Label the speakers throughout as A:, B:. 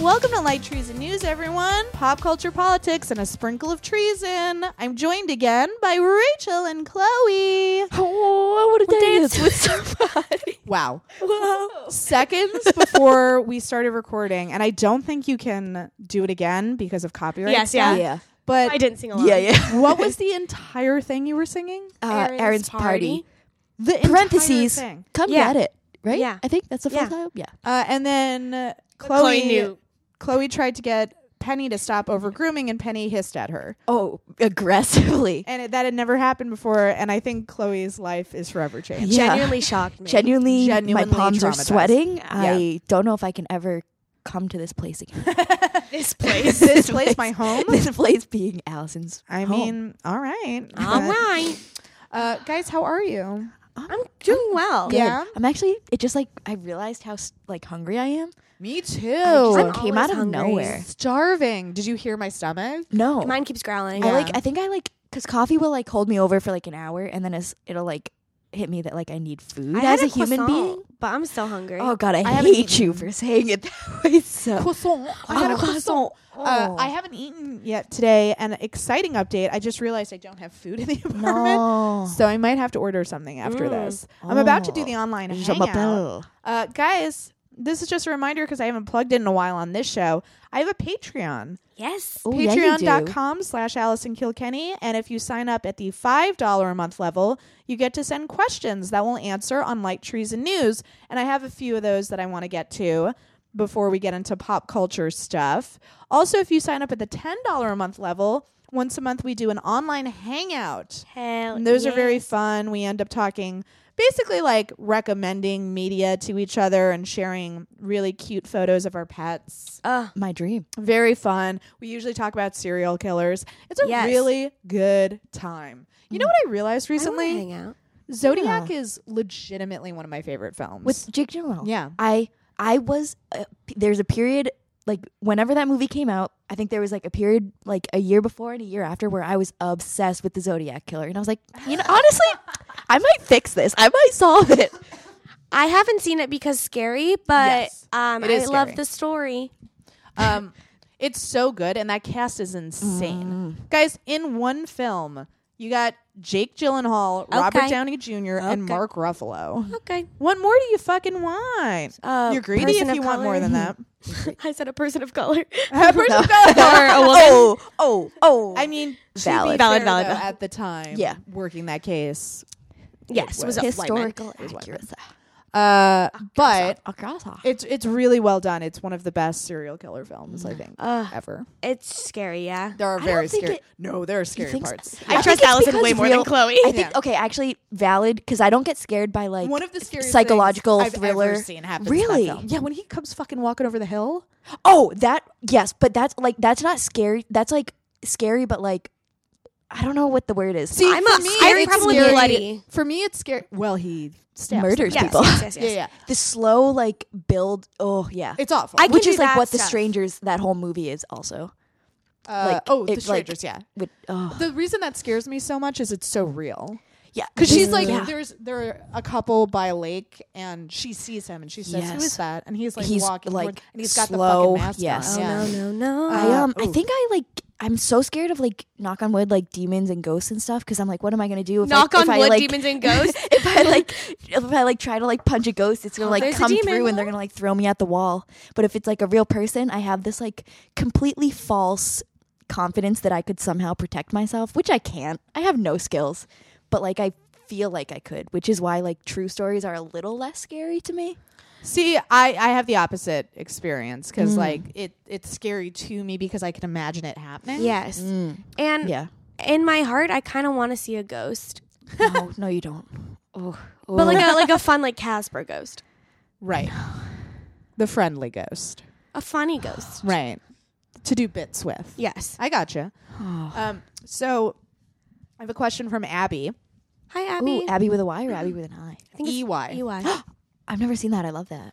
A: welcome to Light Trees and News, everyone. Pop culture, politics, and a sprinkle of treason. I'm joined again by Rachel and Chloe.
B: Oh, I want to dance. with somebody.
A: Wow. Seconds before we started recording, and I don't think you can do it again because of copyright.
C: Yes,
A: stuff,
C: yeah.
B: yeah.
A: But
C: I didn't sing along.
B: yeah.
A: what was the entire thing you were singing?
B: Uh, Aaron's, party.
A: The entire
B: Parentheses.
A: thing.
B: Come
C: Yeah.
B: get it. Right?
C: Yeah.
B: I think that's the full
C: Yeah.
B: title. Yeah.
A: Uh, and then uh, Chloe,
C: Chloe, knew.
A: Chloe tried to get Penny to stop over grooming, and Penny hissed at her.
B: Oh, aggressively.
A: And it, that had never happened before. And I think Chloe's life is forever changed.
B: Yeah.
C: Genuinely shocked me.
B: Genuinely,
A: Genuinely
B: my palms are
A: traumatized.
B: sweating. I don't know if I can ever come to this place again.
C: this place.
A: This place, my home.
B: this place being Allison's.
A: I
B: home.
A: mean, all right.
C: All
A: But,
C: right.
A: Uh, guys, how are you?
C: I'm doing well.
B: Good.
A: yeah.
B: I'm actually. It just like I realized how s- like hungry I am.
A: Me
B: It
A: too.
B: just came out
C: always
B: of
C: hungry.
B: nowhere.
A: starving. Did you hear my stomach?
B: No.
C: Mine keeps growling.
B: I like. I think I like because coffee will like hold me over for like an hour, and then it's, it'll like hit me that like I need food
C: I
B: as
C: had
B: a, human
C: croissant,
B: being.
C: But I'm so hungry.
B: Oh god, I,
A: haven't
B: hate you for saying it that way. So
A: Croissant. I
B: Oh,
A: had a
B: croissant.
A: croissant. Uh,
B: Oh.
A: I haven't eaten yet today. An exciting update. I just realized I don't have food in the apartment.
B: Oh, no.
A: So I might have to order something after
C: Mm.
A: this. I'm about to do
B: Oh.
A: the online
B: Je
A: hangout.
B: m'appelle.
A: Uh, guys, this is just a reminder because I haven't plugged in in a while on this show. I have a Patreon.
C: yes.
B: Oh, yeah, you do.
A: patreon.com slash allison kilkenny and if you sign up at the $5 a month level you get to send questions that we'll answer on light trees and news and i have a few of those that i want to get to before we get into pop culture stuff also if you sign up at the $10 a month level once a month we do an online hangout
C: Hell.
A: and those are
C: yes.
A: very fun. We end up talking basically like recommending media to each other and sharing really cute photos of our pets.
C: Uh,
B: My dream.
A: Very fun. We usually talk about serial killers. It's a
C: Yes. Mm-hmm.
A: really good time. You know what I realized
C: I wanna
A: recently?
C: hang out.
A: Zodiac is legitimately one of my favorite films.
B: With Jake Gyllenhaal.
A: Yeah.
B: I I was uh, p- there's a period like whenever that movie came out, I think there was like a period like a year before and a year after where I was obsessed with the Zodiac killer, and I was like, you know, honestly, I might fix this. I might solve it.
C: I haven't seen it because scary, but
A: Yes.
C: um,
A: It
C: I
A: is
C: love
A: scary.
C: the story.
A: um it's so good and that cast is insane.
C: Mm.
A: Guys, in one film, you got Jake Gyllenhaal, Robert
C: Okay.
A: Downey Jr., and
C: Okay.
A: Mark Ruffalo.
C: Okay.
A: What more do you fucking want?
C: Uh,
A: You're greedy if
C: person of
A: you want more
C: color.
A: than that.
C: I said a person of color.
A: Person of color.
B: Oh oh oh.
A: I mean, to be
B: Valid.
A: fair,
C: Valid, valid,
A: though,
C: valid.
A: at the time,
B: Yeah.
A: working that case.
C: yes. It was a
B: historical
A: It was white men.
B: accuracy.
A: Uh, but
B: Across all.
A: it's it's really well done. It's one of the best serial killer films I think
C: Ugh.
A: ever.
C: It's scary, yeah.
A: Mm. Uh, There are
B: don't
A: very
B: think
A: scary.
B: it-
A: no, there are scary
B: think so?
A: parts.
B: I
C: I,
B: think
C: trust
B: it's
C: Allison way
B: because
C: more
B: real-
C: than Chloe.
B: I think okay, actually valid because I don't get scared by like
A: one of the scariest
B: psychological
A: things I've
B: thriller.
A: ever seen happens in that
B: really?
A: film. Yeah, when he comes fucking walking over the hill.
B: Oh, that yes, but that's like that's not scary. That's like scary, but like I don't know what the word is.
A: See,
C: I'm
A: for
C: a-
A: me,
C: I'm
A: it's
C: probably
A: scary-
C: bloody.
A: For me, it's scary. Well, he stabs
B: Murders
A: them.
C: yes,
B: people.
C: yes, yes, yes.
A: Yeah, yeah.
B: the slow like build. Oh yeah,
A: It's awful.
C: I can
B: which
C: do
B: is like
C: that
B: what the
C: stuff.
B: strangers that whole movie is also.
A: Uh,
B: like,
A: oh,
B: it,
A: the
B: like-
A: strangers. yeah.
B: With, oh
A: The reason that scares me so much is it's so real.
B: yeah,
A: Because she's like,
B: Yeah.
A: there's there are a couple by a lake, and she sees him, and she says, "Who
B: Yes.
A: is that?" And he's like
B: He's,
A: walking,
B: like,
A: towards- and he's got
B: slow,
A: the fucking mask
B: yes.
A: on.
B: Oh,
A: yeah.
C: No, no, no.
B: I
A: Uh,
B: um I
C: oh.
A: ooh.
B: think I like I'm so scared of like knock on wood like demons and ghosts and stuff because I'm like what am I gonna do if
C: Knock
B: I,
C: on
B: if I,
C: wood,
B: like,
C: demons and ghosts.
B: if I like if I like try to like punch a ghost it's gonna
C: Oh,
B: like
C: there's a
B: come
C: demon.
B: through and they're gonna like throw me at the wall but if it's like a real person I have this like completely false confidence that I could somehow protect myself which I can't I have no skills but like I feel like I could which is why like true stories are a little less scary to me
A: See, I I have the opposite experience because
B: Mm.
A: like it it's scary to me because I can imagine it happening.
C: Yes. And
B: yeah
C: in my heart, I kind of want to see a ghost,
B: no no you don't oh,
C: but like a like a fun like Casper ghost,
A: right. The friendly ghost,
C: a funny ghost.
A: right? To do bits with.
C: Yes.
A: I gotcha.
B: Oh.
A: Um, so I have a question from Abby.
C: Hi, Abby.
B: Ooh, E Abby with a Y or Abby with an I?
C: I think it's E
A: EY.
C: EY.
B: I've never seen that. I love that.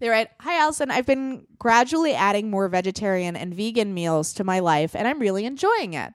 A: They write, Hi, Allison. I've been gradually adding more vegetarian and vegan meals to my life, and I'm really enjoying it.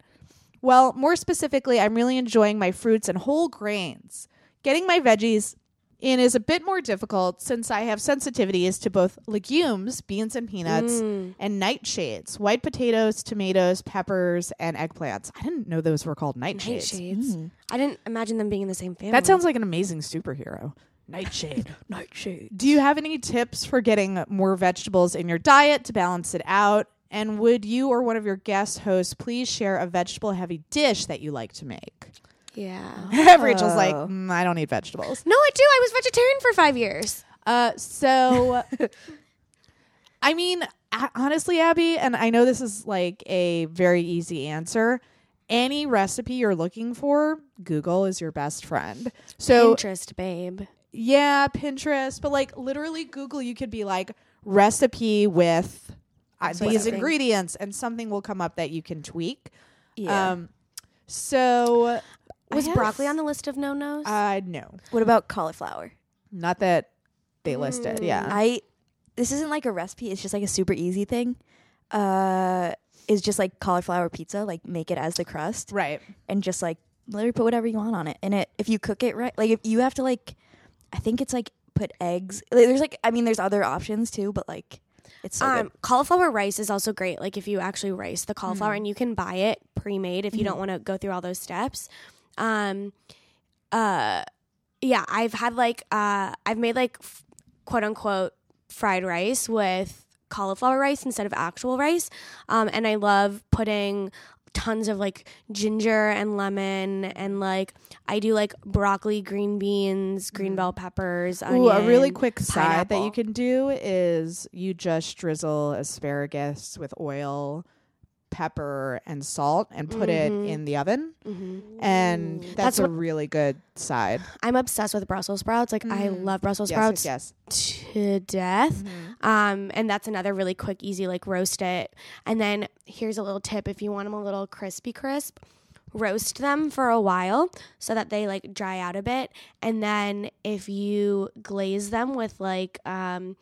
A: Well, more specifically, I'm really enjoying my fruits and whole grains. Getting my veggies and is a bit more difficult since I have sensitivities to both legumes, beans and peanuts, and nightshades, white potatoes, tomatoes, peppers, and eggplants. I didn't know those were called nightshades.
C: Nightshades.
B: Mm.
C: I didn't imagine them being in the same family.
A: That sounds like an amazing superhero. Nightshade.
B: Nightshade.
A: Do you have any tips for getting more vegetables in your diet to balance it out? And would you or one of your guest hosts please share a vegetable heavy dish that you like to make?
C: yeah.
A: Rachel's like, "Mm, I don't eat vegetables.
C: No, I do. I was vegetarian for five years.
A: Uh, so, I mean, a- honestly, Abby, and I know this is like a very easy answer. Any recipe you're looking for, Google is your best friend. So,
C: Interest, babe.
A: yeah, Pinterest, but like literally Google, you could be like recipe with uh, these
C: something.
A: ingredients, and something will come up that you can tweak.
B: Yeah.
A: Um, so
C: Was
A: I have-
C: broccoli on the list of no nos?
A: Uh, no,
B: what about cauliflower?
A: not that they listed.
C: Mm.
A: Yeah,
B: I this isn't like a recipe, it's just like a super easy thing. Uh is just like cauliflower pizza, like make it as the crust.
A: right.
B: and just like literally put whatever you want on it. And it if you cook it right, like if you have to like, I think it's like put eggs. Like, there's like I mean there's other options too, but like it's so
C: um, cauliflower rice is also great. Like if you actually rice the cauliflower
A: Mm-hmm.
C: and you can buy it pre-made if you don't want to go through all those steps. Um, uh, yeah, I've had like uh, I've made like f- quote unquote fried rice with cauliflower rice instead of actual rice, um, and I love putting tons of like ginger and lemon and like I do like broccoli, green beans, green bell peppers. Onion,
A: Mm-hmm. Ooh, a really quick side that
C: pineapple.
A: you can do is you just drizzle asparagus with oil, pepper, and salt, and put
C: Mhm.
A: it in the oven,
C: Mhm.
A: and that's,
C: That's
A: a
C: what-
A: really good side.
C: I'm obsessed with Brussels sprouts. Like I
A: Mhm.
C: love Brussels
A: Yes,
C: sprouts
A: yes, Mm-hmm.
C: to
A: yes.
C: death. Um, and that's another really quick, easy like roast it. And then here's a little tip: if you want them a little crispy crisp, roast them for a while so that they like dry out a bit. And then if you glaze them with like, um,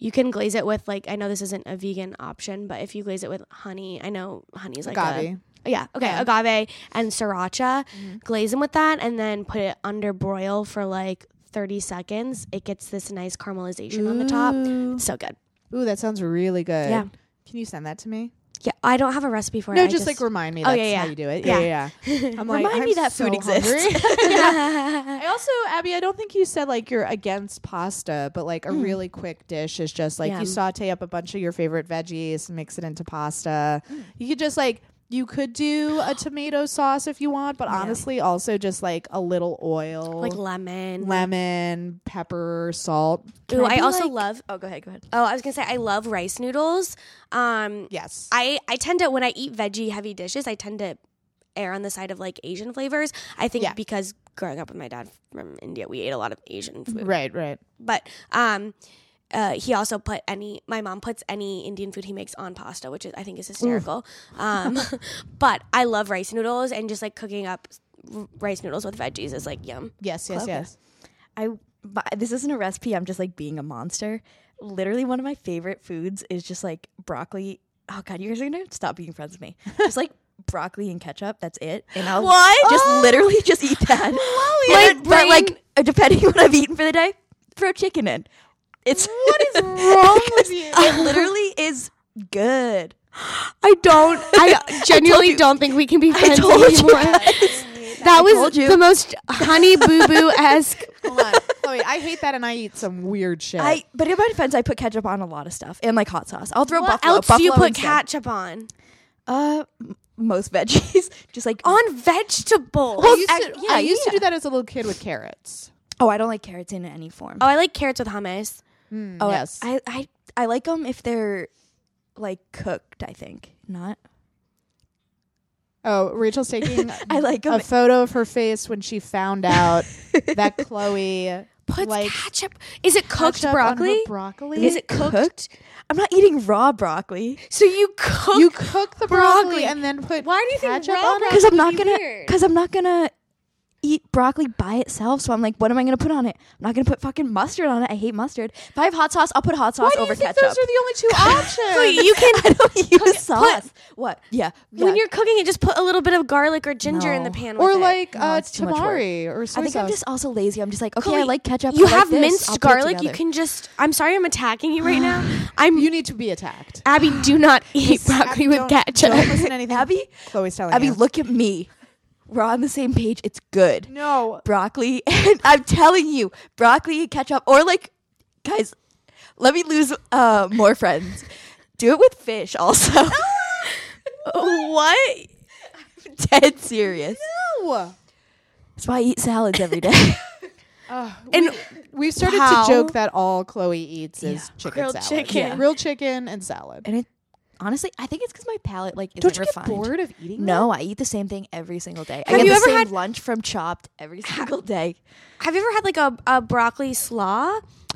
C: you can glaze it with like I know this isn't a vegan option, but if you glaze it with honey, I know honey is like a-
A: Agave.
C: yeah. Okay.
A: Yeah. Mm-hmm.
C: Agave and sriracha. Glaze them with that and then put it under broil for like 30 seconds. It gets this nice caramelization on the top.
A: Ooh.
C: It's so good.
A: Ooh, that sounds really good.
C: Yeah.
A: Can you send that to me?
C: Yeah. I don't have a recipe for it.
A: no,
C: I
A: just, like remind me.
C: Oh,
A: That's
C: yeah,
A: how
C: yeah.
A: you do it. Yeah, yeah. yeah. I'm like,
B: Remind
A: I'm
B: me that
A: so
B: food exists.
A: hungry.
C: yeah.
A: I also, Abby, I don't think you said like you're against pasta, but like a really quick dish is just like
C: Hmm. Yeah.
A: you saute up a bunch of your favorite veggies, mix it into pasta.
C: Hmm.
A: You could just like you could do a tomato sauce if you want, but honestly, also just like a little oil,
C: like lemon.
A: lemon, pepper, salt.
C: Ooh, I, also
B: like-
C: love.
B: Oh, go ahead, go ahead.
C: Oh, I was gonna say I love rice noodles. Um,
A: Yes,
C: I I tend to when I eat veggie heavy dishes, I tend to err on the side of like Asian flavors. I think
A: Yeah.
C: because growing up with my dad from India, we ate a lot of Asian food.
A: right, right.
C: but um uh, he also put any my mom puts any indian food he makes on pasta which is, i think is hysterical um, but i love rice noodles and just like cooking up r- rice noodles with veggies is like yum
A: Yes, yes,
B: Clever.
A: yes.
B: I but this isn't a recipe. I'm just like being a monster. Literally, one of my favorite foods is just like broccoli. Oh God, you guys are gonna stop being friends with me. Just like broccoli and ketchup. That's it. And I'll
C: What?
B: Just
C: Oh.
B: literally just eat that.
C: My
B: And- but like
C: brain-
B: uh, depending what I've eaten for the day, throw chicken in. It's what is
A: wrong with you?
B: It literally is good. I don't.
C: i genuinely don't think we can be
B: I
C: friends
B: told you.
C: anymore
B: guys.
C: that was
B: told you.
C: the most honey boo boo esque
A: Hold on, Chloe. I hate that, and I eat some weird shit.
B: I, but in my defense, I put ketchup on a lot of stuff and like hot sauce. I'll throw
C: what
B: buffalo.
C: else do you
B: buffalo
C: put
B: instead.
C: ketchup on
B: Uh, m- most veggies, just like
C: on vegetables
A: I
B: Well,
A: used, to,
B: ac-
A: I
B: yeah,
A: used to
B: yeah.
A: do that as a little kid with carrots.
B: oh, I don't like carrots in any form.
C: oh i like carrots with hummus
A: Mm,
B: oh,
A: yes.
B: I, I I like them if they're like cooked. I think not.
A: Oh, Rachel's taking
B: I like
A: a
B: them.
A: photo of her face when she found out that Chloe
C: Puts
A: like
C: ketchup. Is it cooked
A: ketchup on her
C: broccoli?
A: broccoli.
C: Is it cooked?
B: I'm not eating raw broccoli
C: So you cook.
A: you cook the broccoli,
C: Broccoli.
A: and then put
C: Why do you think
A: ketchup
C: raw
A: on it?
B: because I'm
C: That
B: not
C: would be
B: gonna
C: weird.
B: because I'm not gonna eat broccoli by itself, so I'm like, what am I gonna put on it? I'm not gonna put fucking mustard on it. I hate mustard. If I have hot sauce, I'll put hot
A: Why
B: sauce
A: do
B: over
A: you think
B: ketchup.
A: those are the only two options?
C: So you
B: I
C: can
B: don't use sauce. what? Yeah. yeah.
C: when you're cooking it, just put a little bit of garlic or ginger in the
B: No.
C: pan. With
A: or
C: it.
A: like
B: No,
A: uh,
B: it's too much work.
A: tamari or soy
B: I think
A: sauce.
B: I'm just also lazy. I'm just like, okay, I
C: Chloe,
B: like ketchup.
C: You
B: I like
C: have
B: this. I'll
C: minced
B: put it
C: garlic. You
B: together.
C: can just. I'm sorry, I'm attacking you right now. I'm
A: you need to be attacked.
C: Abby. Do not eat broccoli
A: Abby,
C: with
A: don't-
C: ketchup.
A: Don't listen to anything
B: Abby?
A: Chloe's telling
B: Abby,
A: you.
B: look at me. We're on the same page. It's good.
A: no.
B: Broccoli, and I'm telling you, broccoli, ketchup, or like, guys, let me lose uh, more friends. Do it with fish also.
C: what?
B: Dead serious.
A: No.
B: That's why I eat salads every day.
C: And
A: We've started
C: How?
A: to joke that all Chloe eats is chicken
C: Grilled
A: salad.
C: chicken. Yeah.
A: Grilled chicken and salad.
B: and it, honestly, I think it's because my palate like isn't
A: Don't you
B: refined.
A: get bored of eating
B: No, I eat the same thing every single day. I
C: Have
B: get
C: you
B: the
C: ever
B: same
C: had-
B: lunch from Chopped every single day.
C: have you ever had like a, a broccoli slaw?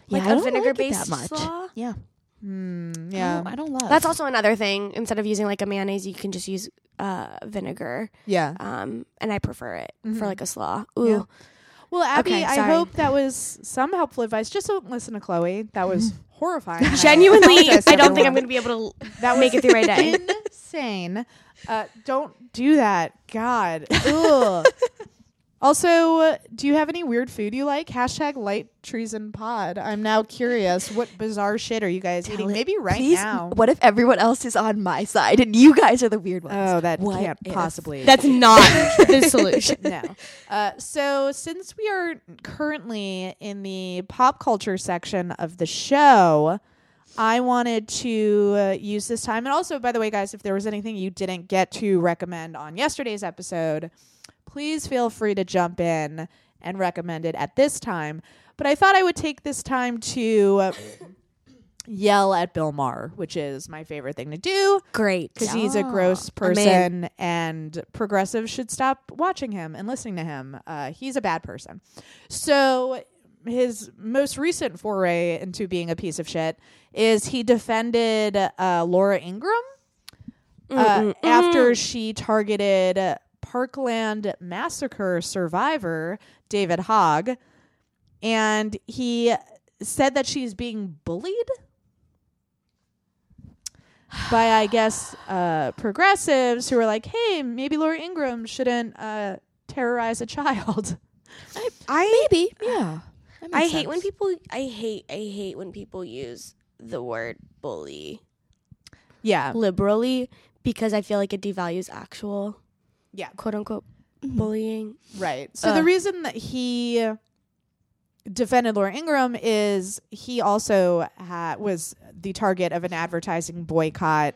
C: Like
B: yeah, I
C: a
B: don't like it
C: vinegar based
B: that much.
C: slaw?
B: Yeah,
A: that? Oh.
B: I
A: Mm, Yeah.
B: don't- I don't love.
C: That's also another thing. Instead of using like a mayonnaise, you can just use uh, vinegar.
A: Yeah.
C: Um, and I prefer it for like a slaw. Ooh,
A: Yeah. Well, Abby,
C: Okay,
A: I
C: sorry.
A: hope that was some helpful advice. Just don't listen to Chloe. That was horrifying. I
C: Mm. genuinely,
A: apologize,
C: I don't think
A: everyone.
C: I'm going to be able to
A: That
C: make
A: was
C: it through my day.
A: Insane. Uh, don't do that. God. Ugh. also, uh, do you have any weird food you like? Hashtag light treason pod. I'm now curious. What bizarre shit are you guys eating?
B: Tell it-
A: Maybe right
B: please,
A: now.
B: What if everyone else is on my side and you guys are the weird ones?
A: Oh, that
B: What
A: can't
B: if?
A: possibly.
C: That's not the solution.
A: no. Uh, so, since we are currently in the pop culture section of the show, I wanted to uh, use this time. And also, by the way, guys, if there was anything you didn't get to recommend on yesterday's episode, please feel free to jump in and recommend it at this time. But I thought I would take this time to. uh, Yell at Bill Maher, which is my favorite thing to do
C: Great.
A: because he's a
B: Yeah.
A: gross
C: I'm in.
A: person and progressives should stop watching him and listening to him. Uh, he's a bad person. So his most recent foray into being a piece of shit is he defended uh, Laura Ingram uh, after she targeted Parkland massacre survivor David Hogg, and he said that she's being bullied by, I guess, uh, progressives who are like, "Hey, maybe Laura Ingram shouldn't uh, terrorize a child."
C: I maybe.
B: Yeah. that
C: I
B: makes
C: hate when
B: sense.
C: people. I hate. I hate when people use the word bully
A: Yeah,
C: liberally because I feel like it devalues actual
A: yeah,
C: quote unquote bullying.
A: right. So the
C: Ugh.
A: reason that he defended Laura Ingram is he also ha- was the target of an advertising boycott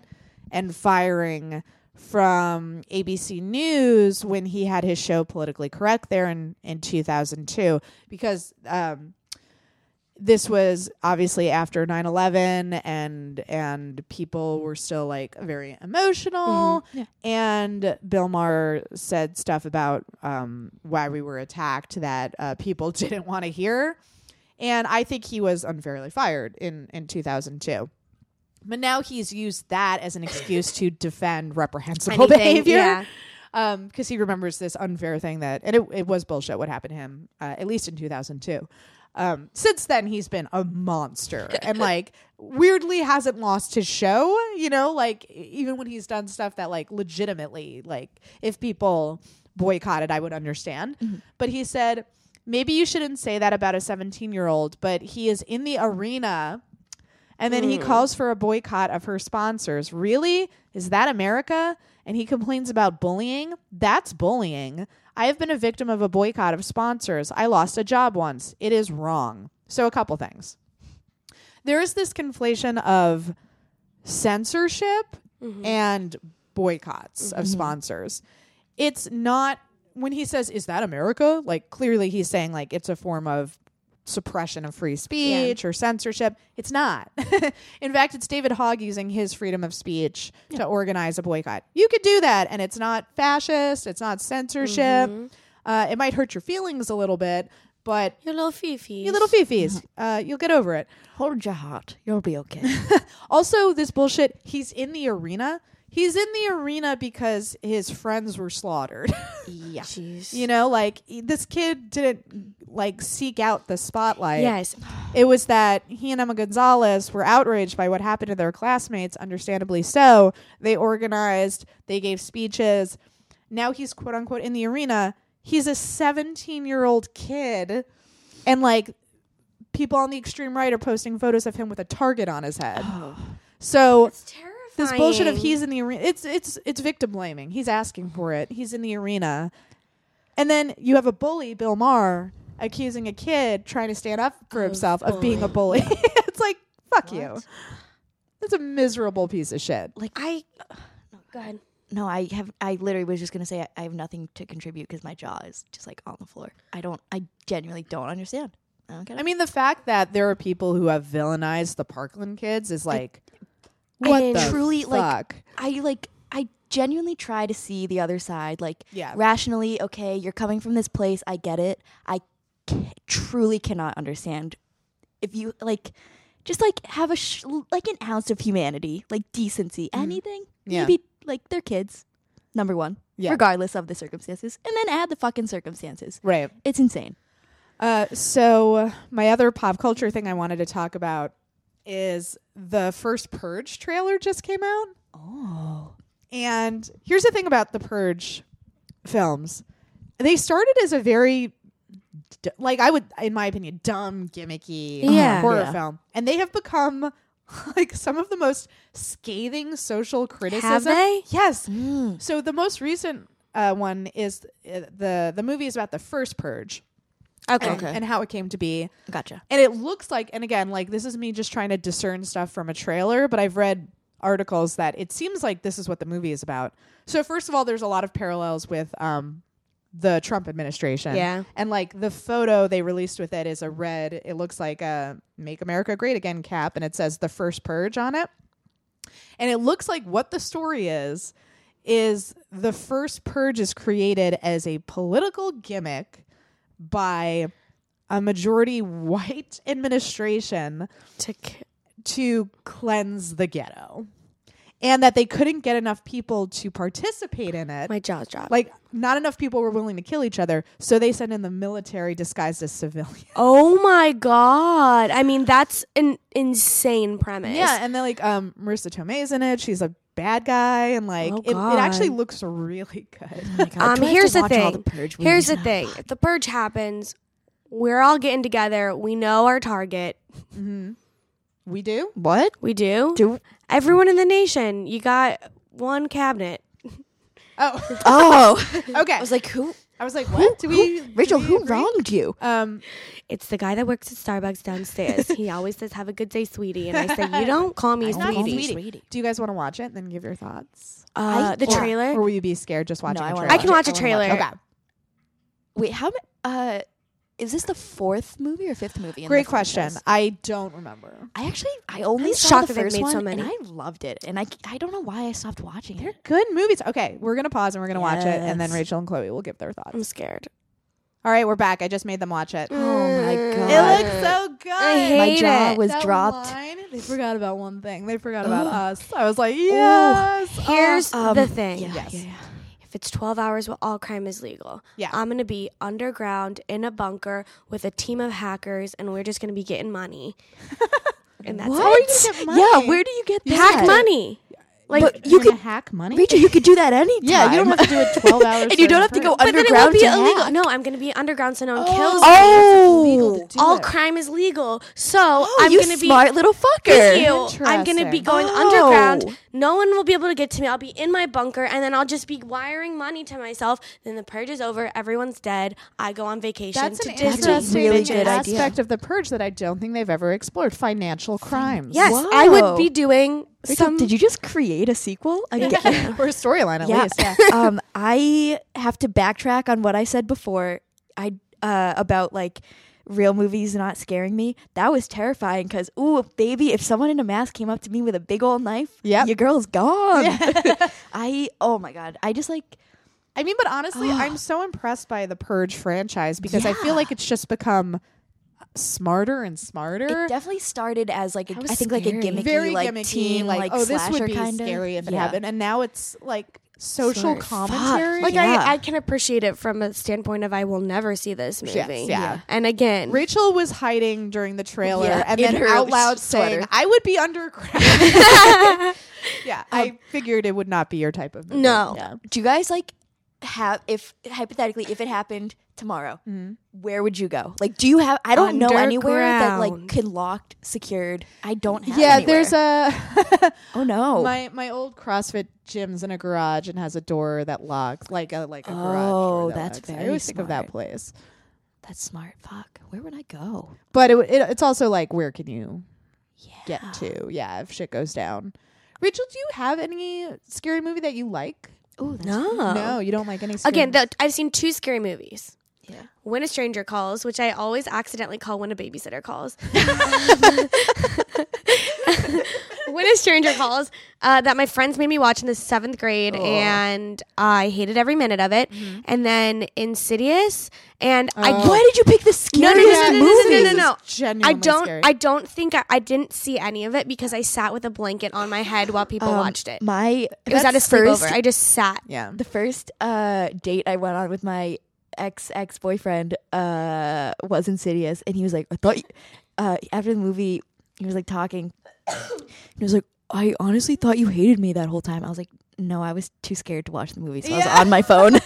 A: and firing from ABC News when he had his show Politically Correct there in, in 2002 because um, this was obviously after 9/11 and and people were still like very emotional
B: Mhm.
C: Mm-hmm.
B: Yeah.
A: and Bill Maher said stuff about um, why we were attacked that uh, people didn't want to hear and I think he was unfairly fired in in 2002 but now he's used that as an excuse to defend reprehensible
C: Anything,
A: behavior
C: yeah.
A: um because he remembers this unfair thing that and it, it was bullshit what happened to him uh, at least in 2002 um since then he's been a monster and like weirdly hasn't lost his show you know like e- even when he's done stuff that like legitimately like if people boycotted i would understand but he said maybe you shouldn't say that about a 17 year old but he is in the arena and then he calls for a boycott of her sponsors. Really? Is that America? And he complains about bullying. That's bullying. I have been a victim of a boycott of sponsors. I lost a job once. It is wrong. So, a couple things. There is this conflation of censorship and boycotts of sponsors. It's not when he says, Is that America? Like, clearly he's saying, like, it's a form of suppression of free speech or censorship. It's not. In fact, it's David Hogg using his freedom of speech to organize a boycott. You could do that, and it's not fascist, it's not censorship. Uh, it might hurt your feelings a little bit, but
C: Your little fifi.
A: you little fifis, uh, you'll get over it.
B: Hold your heart. You'll be okay.
A: Also, this bullshit, he's in the arena. He's in the arena because his friends were slaughtered.
B: Yeah.
C: Jeez.
A: you know, like he- this kid didn't like seek out the spotlight.
C: yes.
A: It was that he and Emma Gonzalez were outraged by what happened to their classmates, understandably so. They organized, they gave speeches. Now he's quote unquote in the arena. He's a 17 year old kid. And like people on the extreme right are posting photos of him with a target on his head. So
C: Oh. It's terrifying.
A: this bullshit of he's in the arena it's it's it's victim blaming he's asking for it he's in the arena and then you have a bully bill maher accusing a kid trying to stand up for
C: Of
A: himself of being a bully it's like fuck you that's a miserable piece of shit
C: I. No, go ahead.
B: No, I have. I literally was just gonna say I, I have nothing to contribute because my jaw is just like on the floor. I don't. I genuinely don't understand. I don't get it.
A: i mean the fact that there are people who have villainized the parkland kids is like what
C: and
A: the
B: truly,
A: fuck?
B: like, I like I genuinely try to see the other side like
A: Yeah.
B: rationally okay you're coming from this place I get it I ca- truly cannot understand if you like just like have a sh- like an ounce of humanity like decency
C: Mm-hmm.
B: anything
A: Yeah.
B: maybe like they're kids number 1
A: Yeah.
B: regardless of the circumstances and then add the fucking circumstances
A: right
B: it's insane
A: Uh, so my other pop culture thing I wanted to talk about is the first Purge trailer just came out. Oh. And here's the thing about the Purge films. They started as a very d- like I would in my opinion dumb gimmicky
C: Yeah.
A: horror
B: Yeah.
A: film and they have become like some of the most scathing social criticism.
C: they? Mm.
A: Yes. So the most recent uh, one is uh, the the movie is about the first purge
B: okay,
A: and, and how it came to be.
B: gotcha
A: And it looks like, and again, like this is me just trying to discern stuff from a trailer, but I've read articles that it seems like this is what the movie is about. So, first of all, there's a lot of parallels with um, the Trump administration.
C: Yeah.
A: And like the photo they released with it is a red, it looks like a Make America Great Again cap, and it says the first purge on it. And it looks like what the story is is the first purge is created as a political gimmick by a majority white administration
C: To k-
A: to cleanse the ghetto and that they couldn't get enough people to participate in it
C: my jaw dropped.
A: like not enough people were willing to kill each other so they sent in the military disguised as civilians
C: oh my god! I mean, that's an insane premise.
A: yeah and then like um marissa tomei's in it she's a bad guy and like
C: Oh,
A: it, it actually
C: God.
A: looks really good
C: Um, here's the thing. here's the
B: thing.
C: thing. If the purge happens, we're all getting together. We know our target.
A: we do
B: What?
C: We do.
B: Do
C: Everyone in the nation. You got one cabinet.
A: oh
B: oh?
A: okay
B: I was like, who?
A: i was like what do we do
B: Rachel,
A: we
B: who
A: agree?
B: wronged you?
A: um
C: It's the guy that works at Starbucks downstairs. he always says, "Have a good day, sweetie," and I say, "You don't call me
B: I'm not
C: sweetie."
B: sweetie.
A: sweetie. do you guys want to watch it and then give your thoughts
C: Uh, the
B: I- or-
C: trailer.
A: Or will you be scared just watching?
B: No, I
A: a
B: wanna
A: trailer?
C: I can watch a
B: I wanna
C: trailer.
A: Okay.
B: Wait, how? ma- Uh, is this the fourth movie or fifth movie? in the
A: Great question.
B: franchise?
A: I don't remember.
B: I actually, I only
C: I'm
B: saw
C: shocked
B: the
C: that they've
B: first
C: made
B: one,
C: so many.
B: and I loved it. And I, c- I don't know why I stopped watching
A: They're
B: it.
A: good movies. Okay, we're gonna pause and we're gonna watch it, and then
B: Yes.
A: Rachel and Chloe will give their
C: I'm
A: thoughts.
C: scared.
A: All right, we're back. I just made them watch it. It
B: Oh my god!
A: looks so good.
C: hate
B: my jaw
C: it.
B: was
A: That
B: dropped.
A: line, they forgot about one thing. They forgot about us. I was like, yes. oh.
C: Here's the
B: Um,
C: thing.
B: Yeah,
A: Yes.
B: yeah, yeah.
C: If it's 12 hours, well, all crime is legal.
A: Yeah.
C: I'm going to be underground in a bunker with a team of hackers, and we're just going to be getting money. and that's
A: How are you
C: it.
A: gonna get money?
B: Yeah, where do you get that?
C: Hack money. Like,
B: But
A: you
B: you
A: can
B: could,
A: hack money?
B: Rachel, you could do that anytime.
A: yeah, you don't have to do it twelve hours.
B: and you don't have to go
A: certain Oh.
C: but then it
B: underground
C: would be
B: to
C: illegal.
B: hack.
C: No, I'm going to be underground, so no one kills me.
A: person. It's
B: Oh,
A: illegal to do
C: all
A: it.
C: crime is legal, so
B: oh,
C: I'm
B: you
C: going to be.
B: smart little fucker.
C: Thank you. I'm going to be
A: Interesting.
C: going
B: Oh.
C: underground. No one will be able to get to me. I'll be in my bunker, and then I'll just be wiring money to myself. Then the purge is over. Everyone's dead. I go on vacation
A: That's
C: to
A: an
C: Disney.
B: That's a
A: interesting
B: really good idea.
A: aspect of the purge that I don't think they've ever explored: financial crimes.
C: Yes, I would
B: Whoa.
C: be doing
B: Rachel,
C: some.
B: did you just create a sequel? I don't get it.
A: or a storyline at least. Yeah.
B: um, I have to backtrack on what I said before. I uh, about like real movies not scaring me. That was terrifying because ooh, baby, if someone in a mask came up to me with a big old knife,
A: Yep.
B: your girl's gone. I oh my god, I just like
A: I mean, but honestly, I'm so impressed by the Purge franchise because I feel
B: Yeah.
A: like it's just become smarter and smarter.
B: It definitely started as like a,
C: That
B: I
C: was
B: think like a
C: scary.
B: gimmicky,
A: very
B: like
A: gimmicky,
B: teen, like,
A: like, oh, this
B: slasher
A: would be
B: kind of
A: scary if it
B: yeah.
A: happened, and now it's like social
B: Sort of. Fuck.
A: commentary.
B: Like,
C: Like
B: Yeah.
C: I, I can appreciate it from a standpoint of I will never see this movie.
A: Yes, yeah.
C: And again,
A: Rachel was hiding during the trailer
B: Yeah,
A: and
B: in
A: then
B: her
A: out loud
B: sweater.
A: saying, "I would be underground."
B: Um,
A: yeah, I figured it would not be your type of movie.
C: No.
A: Yeah.
B: Do you guys like have if hypothetically if it happened tomorrow,
C: Mm-hmm.
B: where would you go? Like, do you have? I don't know anywhere that like
C: Underground.
B: can locked, secured. I don't have.
A: Yeah,
B: anywhere.
A: there's a
B: Oh no.
A: my my old CrossFit gym's in a garage and has a door that locks, like a like a garage. door
B: Oh,
A: that
B: that's
A: locks. I
B: very
A: always think of that
B: smart.
A: place,
B: That's smart. Fuck. Where would I go?
A: but it, it it's also like where can you get to? Yeah, if shit goes down. Rachel, do you have any scary movie that you like?
B: Oh
C: no.
A: No, you don't like any. Scary
C: Again, the, I've seen two scary movies.
B: Yeah.
C: When a Stranger Calls, which I always accidentally call When a Babysitter Calls. when a Stranger Calls, uh, that my friends made me watch in the seventh grade,
A: Oh.
C: and I hated every minute of it. And then Insidious, and I
A: Mm-hmm. Oh.
B: Why did you pick the scariest
C: no, no, no, no, no,
B: movie?
C: no, no, no. I
A: Genuinely
C: don't.
A: scary.
C: I don't think I, I didn't see any of it because I sat with a blanket on my head while people
B: Um,
C: watched it.
B: My
C: It was at a
B: that's
C: sleepover.
B: first-
C: I just sat.
A: yeah.
B: the first uh date I went on with my ex ex boyfriend uh was insidious and he was like I thought you, uh after the movie he was like talking and he was like I honestly thought you hated me that whole time. I was like no, I was too scared to watch the movie so I was
A: Yeah.
B: on my phone.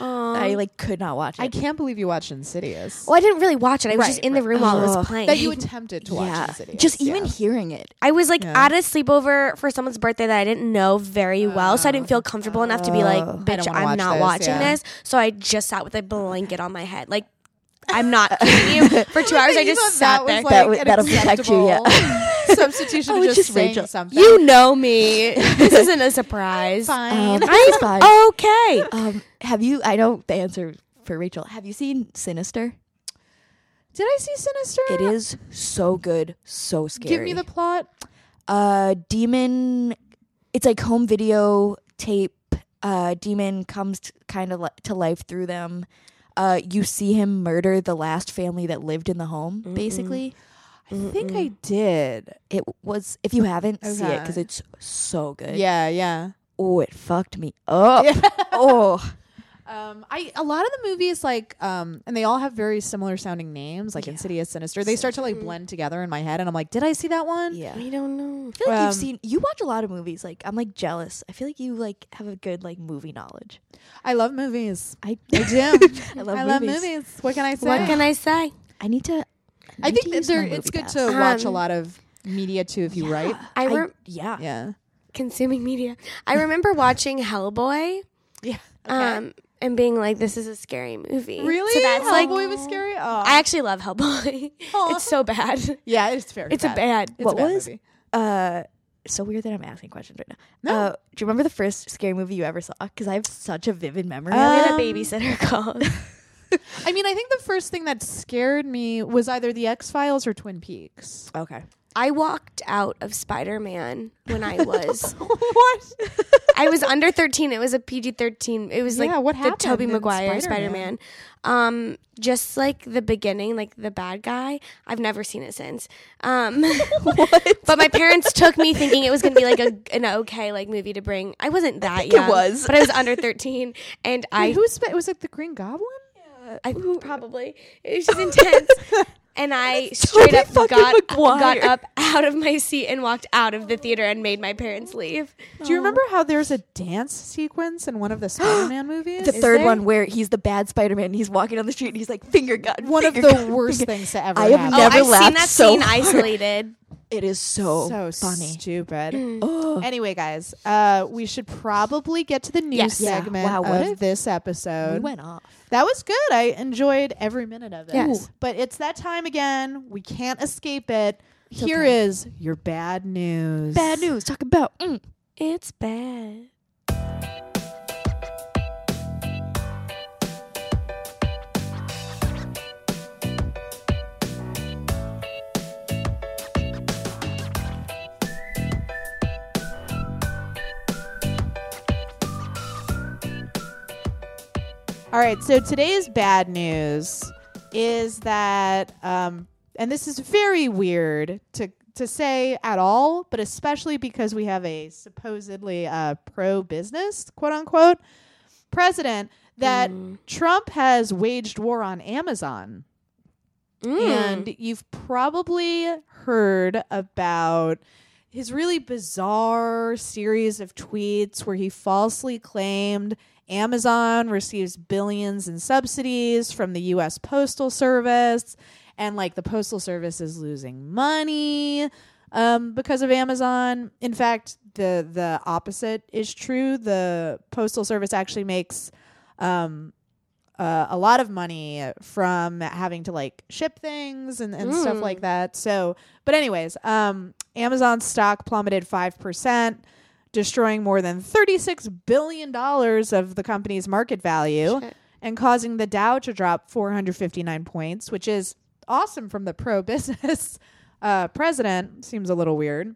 B: I
C: I,
B: like could not watch it.
A: I can't believe you watched Insidious.
C: well, I didn't really watch it. I was just
A: Right,
C: in the room while it
B: Ugh.
C: was playing.
A: that you attempted to watch
B: yeah.
A: Insidious.
B: Just even
A: yeah.
B: hearing it.
C: I was like
A: Yeah.
C: at a sleepover for someone's birthday that I didn't know very well, so I didn't feel comfortable enough to be like,
B: Oh.
A: I don't
C: "Bitch,
A: wanna
C: I'm
A: watch
C: not
A: this,"
C: watching
A: yeah.
C: this." So I just sat with a blanket on my head, like I'm not kidding you. For two hours, I
A: You
C: just
A: thought
C: sat there.
A: that was
B: That
A: like
B: would-
A: an
B: that'll protect you, yeah.
A: acceptable substitution
B: I
A: of
B: was
A: just,
B: Oh, just
A: saying
B: Rachel.
A: something.
C: you know me. this isn't a surprise.
A: fine.
B: Um,
C: I'm
B: fine.
C: okay.
B: Um have you I know the answer for Rachel. Have you seen Sinister?
A: Did I see Sinister?
B: It is so good, so scary.
A: Give me the plot.
B: uh demon it's like home video tape uh demon comes t- kind of li- to life through them uh you see him murder the last family that lived in the home basically
A: I think I did.
B: it was if you haven't see it because
A: Okay.
B: it's so good
A: Yeah, yeah.
B: oh it fucked me up oh
A: Um, I a lot of the movies like um, and they all have very similar sounding names, like Insidious, Sinister. They start to
C: Mm-hmm.
A: like blend together in my head, and I'm like, did I see that one?
B: yeah
C: I don't know.
B: I feel like
A: Um,
B: you've seen you watch a lot of movies like i'm like jealous i feel like you like have a good like movie knowledge
A: I love movies.
B: i
A: I do.
B: I love
A: I love
B: movies.
A: movies. What can I say?
C: What can I say?
B: i need to
A: I
B: need to
A: think that
B: use my
A: there, it's
B: movie
A: good
B: pass.
A: to watch a
C: Um,
A: lot of media too if you write.
C: I rem-
B: yeah
A: Yeah.
C: consuming media. I remember watching Hellboy.
A: Yeah.
C: Um, and being like, this is a scary movie.
A: really?
C: So that's like,
A: Hellboy was scary. Oh.
C: I actually love Hellboy.
A: Aw.
C: it's so bad.
A: yeah, it's very
C: It's
A: bad.
C: a bad.
A: It's
B: What
A: a bad
B: was-
A: movie.
B: uh so weird that I'm asking questions right now.
A: No.
B: Uh, do you remember the first scary movie you ever saw? Because I have such a vivid memory.
C: We
B: of
C: had
B: it.
A: Um,
C: a babysitter called.
A: I mean, I think the first thing that scared me was either The X Files or Twin Peaks.
B: Okay.
C: I walked out of Spider Man when I was
A: what?
C: I was under thirteen. It was a PG thirteen. It was
A: Yeah,
C: like
A: what
C: the
A: happened
C: Toby
A: in
C: Maguire Spider
A: Spider-Man?
C: Man. Um, just like the beginning, like the bad guy. I've never seen it since. Um, but my parents took me thinking it was gonna be like a, an okay like movie to bring. I wasn't that
B: it
C: young.
B: was.
C: but I was under thirteen, and I
A: Wait, who was it? Was it the Green Goblin?
C: I probably it was just intense. And I straight
B: Toby
C: up
B: fucking
C: got, got
B: Maguire.
C: up out of my seat and walked out of the theater and made my parents leave.
A: Do you remember how there's a dance sequence in one of the Spider-Man movies?
B: The
A: Is
B: third
A: there?
B: one where he's the bad Spider Man. He's walking down the street and he's like finger gun.
A: One of
B: finger
A: the
B: gun,
A: worst
B: finger-
A: things to ever
B: I have
A: happen.
B: never-
C: oh, I've seen
B: laughed
C: that
B: so
C: scene
B: hard.
C: isolated.
B: It is so,
A: Oh, so
B: Oh, funny. Oh.
A: stupid.
B: Ugh.
A: Anyway, guys, uh, we should probably get to the news
C: Yes.
B: Yeah.
A: segment
B: Wow, what
A: of
B: if-
A: this episode.
B: we went off.
A: That was good. I enjoyed every minute of it.
C: Yes. Ooh.
A: But it's that time again. We can't escape it. Here is
B: okay.
A: your bad news.
B: Bad news. Talk about. Mm.
C: It's bad.
A: All right, so today's bad news is that, um, and this is very weird to to say at all, but especially because we have a supposedly uh, pro business quote unquote president that Trump has waged war on Amazon.
C: Mm.
A: And you've probably heard about his really bizarre series of tweets where he falsely claimed Amazon receives billions in subsidies from the US Postal Service and like the Postal Service is losing money um, because of Amazon. In fact, the the opposite is true. The Postal Service actually makes um, uh, a lot of money from having to like ship things and, and stuff
C: Mm.
A: like that. So, but anyways, um, Amazon stock plummeted five percent, destroying more than thirty six billion dollars of the company's market value
C: Shit.
A: and causing the Dow to drop four hundred fifty nine points, which is awesome from the pro business uh, president. Seems a little weird.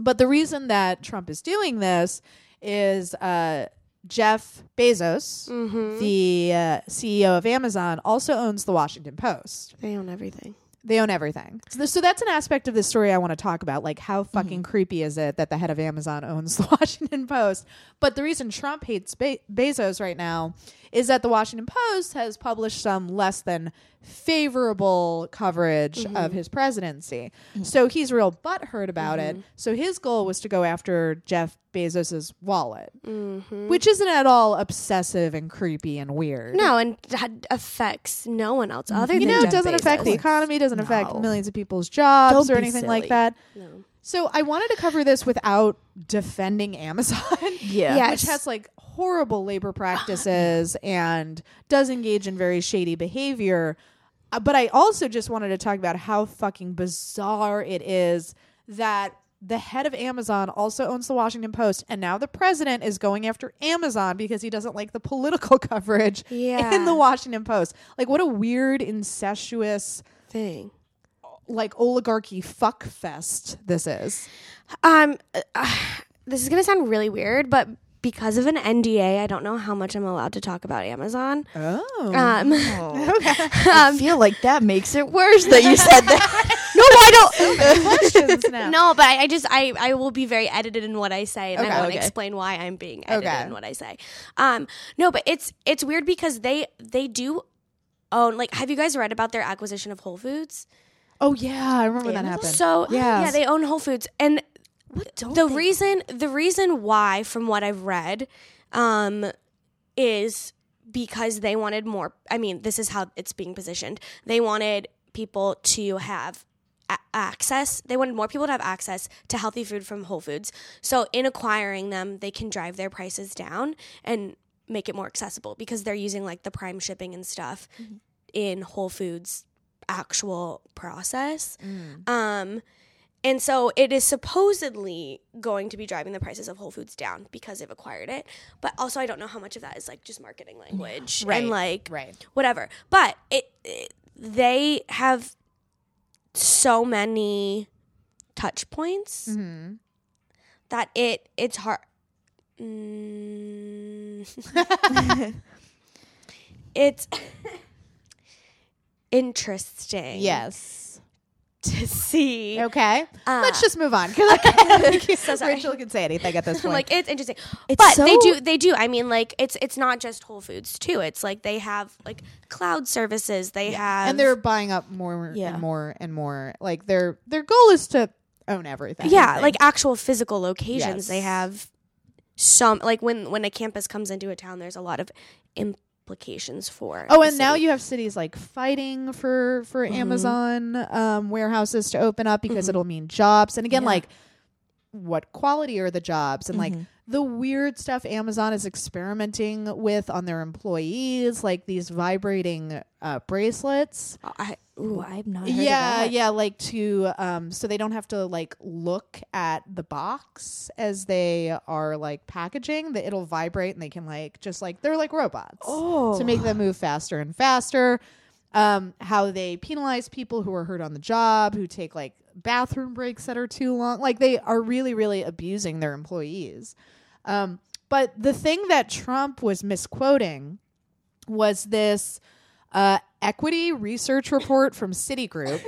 A: But the reason that Trump is doing this is uh, Jeff Bezos,
C: Mhm.
A: the uh, CEO of Amazon, also owns the Washington Post.
C: They own everything.
A: They own everything. So, th- so that's an aspect of this story I want to talk about. Like, how fucking creepy is it that the head of Amazon owns the Washington Post? But the reason Trump hates Be- Bezos right now is that the Washington Post has published some less than favorable coverage of his presidency. So he's real butthurt about it. So his goal was to go after Jeff Bezos's wallet, which isn't at all obsessive and creepy and weird.
C: No, and that affects no one else other
A: You
C: than
A: know, it
C: Jeff
A: doesn't affect the
C: Bezos.
A: economy, doesn't affect
B: No.
A: millions of people's jobs
B: Don't
A: or
B: be
A: anything like
B: silly.
A: that.
C: No.
A: So I wanted to cover this without defending Amazon,
B: Yeah.
C: Yeah.
A: which
C: Yes.
A: has like horrible labor practices and does engage in very shady behavior. Uh, But I also just wanted to talk about how fucking bizarre it is that the head of Amazon also owns the Washington Post and now the president is going after Amazon because he doesn't like the political coverage
C: Yeah.
A: in the Washington Post. Like what a weird incestuous
C: Thing.
A: like oligarchy fuck fest this is.
C: Um, uh, uh, this is gonna sound really weird, but because of an NDA, I don't know how much I'm allowed to talk about Amazon.
A: Oh.
C: Um,
B: I feel like that makes it worse that you said that.
C: no, I don't.
A: questions now.
C: No, but I, I just I, I will be very edited in what I say, and
A: Okay.
C: I won't
A: Okay.
C: explain why I'm being edited
A: Okay.
C: in what I say. Um, no, but it's it's weird because they they do own like. Have you guys read about their acquisition of Whole Foods?
A: Oh yeah, I remember that happened.
C: So
A: Yeah.
C: yeah, they own Whole Foods, and
B: don't
C: the
B: they-
C: reason the reason why, from what I've read, um, is because they wanted more. I mean, this is how it's being positioned. They wanted people to have a- access. They wanted more people to have access to healthy food from Whole Foods. So in acquiring them, they can drive their prices down and make it more accessible because they're using like the prime shipping and stuff in Whole Foods actual process. Um, and so it is supposedly going to be driving the prices of Whole Foods down because they've acquired it. But also, I don't know how much of that is like just marketing language
A: Right,
C: and like
A: right.
C: whatever. But it, it they have so many touch points
A: Mm-hmm.
C: that it it's hard. Mm. it's interesting.
A: Yes.
C: to see.
A: Okay.
C: Uh,
A: Let's just move on because Rachel can say anything at this
C: I'm
A: point.
C: Um, like it's interesting,
B: It's
C: but they
B: so-
C: do. They do. I mean, like it's it's not just Whole Foods too. It's like they have like cloud services. They have
A: and they're buying up more
B: Yeah.
A: and more and more. Like their their goal is to own everything.
C: yeah, like actual physical locations. They
A: Yes.
C: have some like when when a campus comes into a town, there's a lot of implications for.
A: Oh,
C: the
A: and now
C: city. Mm-hmm.
A: you have cities like fighting for for Amazon um, warehouses to open up because it'll mean jobs. And again, like what quality are the jobs and
C: Mm-hmm.
A: like the weird stuff Amazon is experimenting with on their employees, like these vibrating uh, bracelets.
C: I,
B: Ooh,
C: ooh,
B: I've not heard of
A: yeah
B: that.
A: yeah like to um so they don't have to like look at the box as they are like packaging that it'll vibrate and they can like just like they're like robots
B: Oh.
A: to make them move faster and faster um how they penalize people who are hurt on the job who take like bathroom breaks that are too long like they are really really abusing their employees um but the thing that trump was misquoting was this uh, equity research report from Citigroup,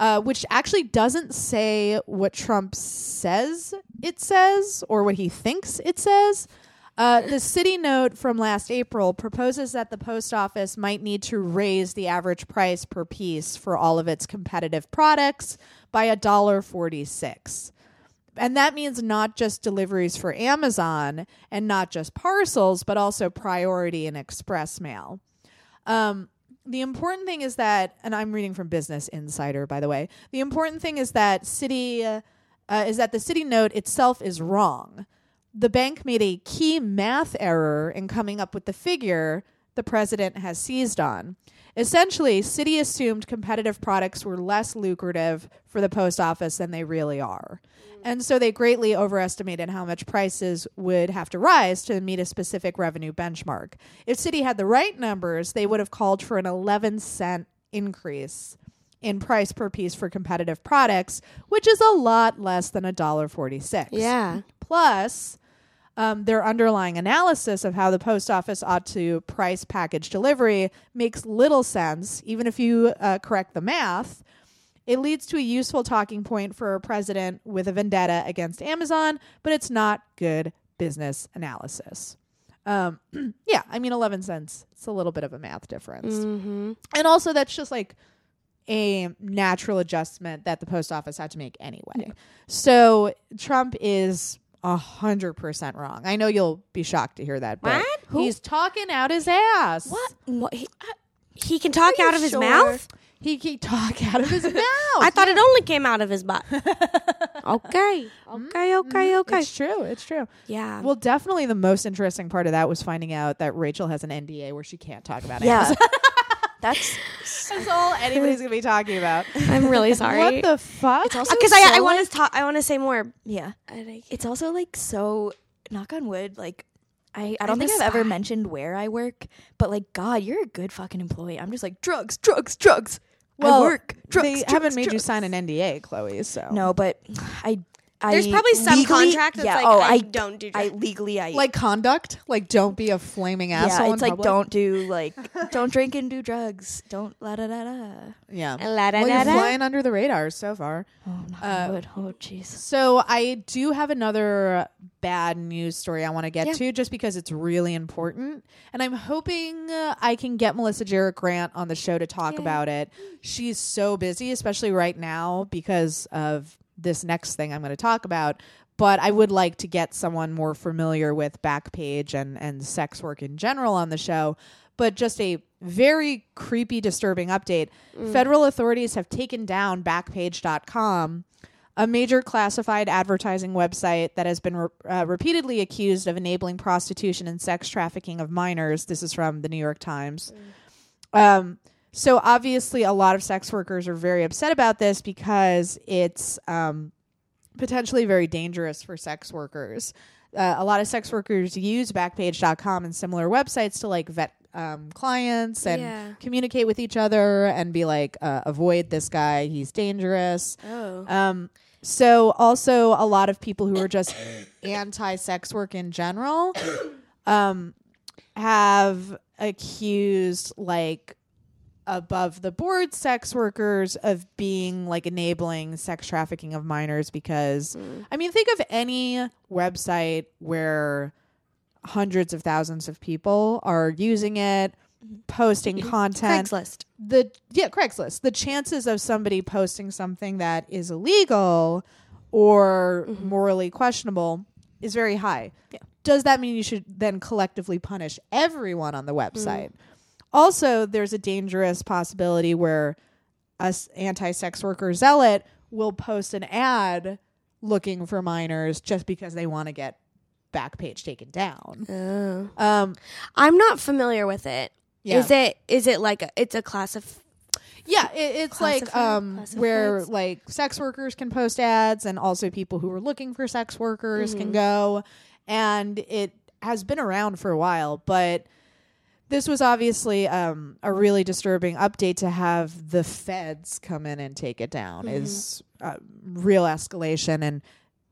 A: uh, which actually doesn't say what Trump says it says or what he thinks it says. Uh, the city note from last April proposes that the post office might need to raise the average price per piece for all of its competitive products by a dollar forty-six and that means not just deliveries for Amazon and not just parcels, but also priority and express mail. Um, the important thing is that, and I'm reading from Business Insider, by the way. The important thing is that city uh, is that the city note itself is wrong. The bank made a key math error in coming up with the figure the president has seized on. Essentially, City assumed competitive products were less lucrative for the post office than they really are. Mm. And so they greatly overestimated how much prices would have to rise to meet a specific revenue benchmark. If City had the right numbers, they would have called for an 11 cent increase in price per piece for competitive products, which is a lot less than $1.46.
C: Yeah.
A: Plus, um, their underlying analysis of how the post office ought to price package delivery makes little sense, even if you uh, correct the math. It leads to a useful talking point for a president with a vendetta against Amazon, but it's not good business analysis. Um, yeah, I mean, 11 cents, it's a little bit of a math difference.
C: Mm-hmm.
A: And also, that's just like a natural adjustment that the post office had to make anyway. So Trump is a hundred percent wrong. I know you'll be shocked to hear that, but
C: What? Who-
A: he's talking out his ass.
C: What? what? He, uh, he can talk out of his
B: sure?
C: mouth.
A: He he talk out of his mouth.
C: I thought it only came out of his butt. okay. Okay. Okay. Okay.
A: It's true. It's true.
B: Um,
C: Yeah.
A: Well, definitely the most interesting part of that was finding out that Rachel has an NDA where she can't talk about
B: Yeah.
A: it.
B: That's
A: That's all anybody's gonna be talking about.
C: I'm really sorry.
A: What the fuck?
B: it's also
C: Because Uh, I, I
B: so,
C: want to talk. I want to say more.
B: yeah.
C: I like-
B: It's also like so knock on wood, like I, I don't
C: I'm
B: think
C: a
B: I've ever
C: spy.
B: mentioned where I work, but like God, you're a good fucking employee. I'm just like drugs, drugs, drugs. I work. Drugs.
A: they
B: drugs,
A: haven't made you
B: drugs."
A: sign an NDA, Chloe. So
B: No, but I I
C: There's probably some
B: legally-
C: contract that's
B: yeah,
C: like,
B: oh,
C: I,
B: I
C: don't do
B: I
C: drugs.
B: legally I
A: like conduct, like don't be a flaming asshole.
B: yeah,
A: in
B: it's like
A: public.
B: don't do like don't drink and do drugs. Don't la da da da.
A: Yeah.
C: La da
A: Well,
C: da
A: you're
C: da.
A: flying under the radar so far.
B: Oh knock
A: Uh,
B: on wood. Oh jeez.
A: So I do have another bad news story I want to get
C: Yeah.
A: to just because it's really important. And I'm hoping uh, I can get Melissa Jarrett Grant on the show to talk about it. She's so busy, especially right now because of this next thing I'm going to talk about. But I would like to get someone more familiar with Backpage and, and sex work in general on the show. But just a very creepy, disturbing update. Federal authorities have taken down Backpage.com a major classified advertising website that has been re- uh, repeatedly accused of enabling prostitution and sex trafficking of minors. This is from the New York Times. Um, so obviously, a lot of sex workers are very upset about this because it's um, potentially very dangerous for sex workers. Uh, a lot of sex workers use Backpage.com and similar websites to like vet um, clients and
C: Yeah.
A: communicate with each other and be like, uh, avoid this guy, he's dangerous.
C: Oh.
A: Um, so also a lot of people who are just anti-sex work in general um, have accused like above the board sex workers of being like enabling sex trafficking of minors because I mean think of any website where hundreds of thousands of people are using it posting content
C: Craigslist.
A: the yeah Craigslist the chances of somebody posting something that is illegal or morally questionable is very high. Does that mean you should then collectively punish everyone on the website? Also, there's a dangerous possibility where a anti-sex worker zealot will post an ad looking for minors just because they want to get Backpage taken down.
C: Oh.
A: Um,
C: I'm not familiar with it. Is
A: yeah.
C: it? Is it like a, it's a class of?
A: Yeah, it, it's like
C: Classified-
A: um, where
C: classifieds.
A: like sex workers can post ads, and also people who are looking for sex workers can go. And it has been around for a while, but this was obviously um, a really disturbing update to have the feds come in and take it down. Is uh, real escalation and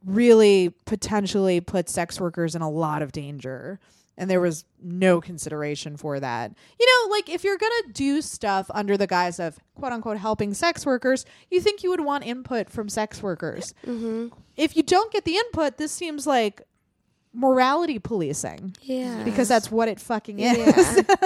A: really potentially put sex workers in a lot of danger. and there was no consideration for that. You know, like if you're going to do stuff under the guise of quote unquote helping sex workers, you think you would want input from sex workers.
B: Mm-hmm.
A: If you don't get the input, this seems like morality policing
C: Yeah.
A: because that's what it fucking is.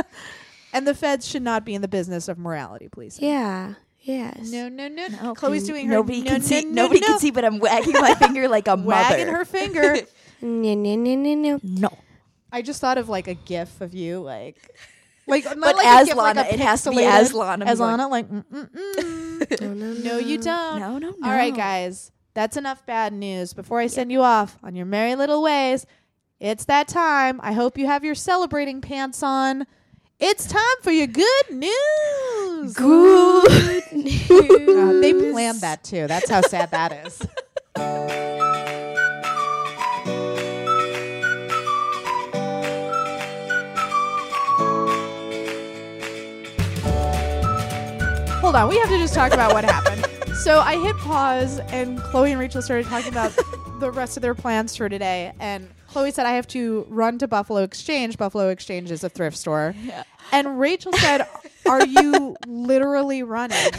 A: and the feds should not be in the business of morality policing.
C: Yeah. Yes.
A: No, no, no. Chloe's doing her no,
B: Nobody Oh, can
A: no,
B: see.
A: no,
B: nobody
A: no,
B: can see, but I'm wagging my finger like a
A: wagging
B: mother.
A: her finger.
C: No, no, no, no, no.
B: No,
A: I just thought of like a gif of you, like, like not
B: But
A: like
B: as
A: a gif, like
B: Lana,
A: a
B: it has to be
A: pixelated-
B: as Lana,
A: As
B: be like-
A: Lana, like, mm, mm, mm.
C: No, no,
A: no, you don't.
B: no, no, no.
A: All right, guys, that's enough bad news. Before I send you off on your merry little ways, it's that time. I hope you have your celebrating pants on. It's time for your good news.
C: Good
A: God,
C: news.
A: they planned that too. That's how sad that is. Hold on, we have to just talk about what happened. So I hit pause, and Chloe and Rachel started talking about the rest of their plans for today. And Chloe said, I have to run to Buffalo Exchange. Buffalo Exchange is a thrift store. And Rachel said, Are you literally running?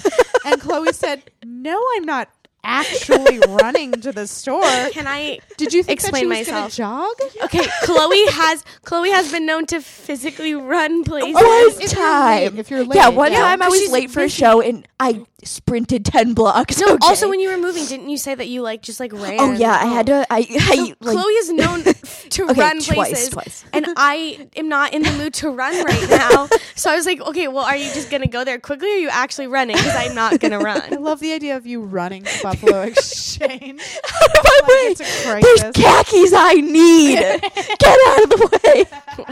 A: And Chloe said, No, I'm not actually running to the store.
C: Can I?
A: Did you think
C: Explain
A: that she was going to jog?
C: Okay, Chloe has Chloe has been known to physically run places.
A: One
B: If
A: you're late-
B: oh, time.
A: if you're
B: Yeah,
A: late,
B: one
A: yeah.
B: time I was
C: She's
B: late for a show and I sprinted ten blocks.
C: No, also
B: okay?
C: when you were moving, didn't you say that you like just like ran?
B: oh yeah, I had to. I, I
C: So
B: like,
C: Chloe is known to
B: Okay,
C: run
B: twice,
C: places,
B: twice.
C: and I am not in the mood to run right now. so I was like, okay, well, are you just gonna go there quickly? Or are you actually running? Because I'm not gonna
A: I
C: run.
A: love the idea of you running to Buffalo Exchange.
B: out of my
A: Like, it's a
B: way. There's
A: crisis.
B: khakis I need. Get out of the way.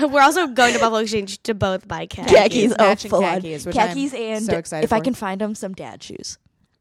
C: We're also going to Buffalo Exchange to both buy khakis.
B: Khakis, oh,
A: matching
B: full on.
A: khakis, which
B: khakis
A: I'm
B: and
A: so excited
B: if I
A: for.
B: can find them, some dad shoes,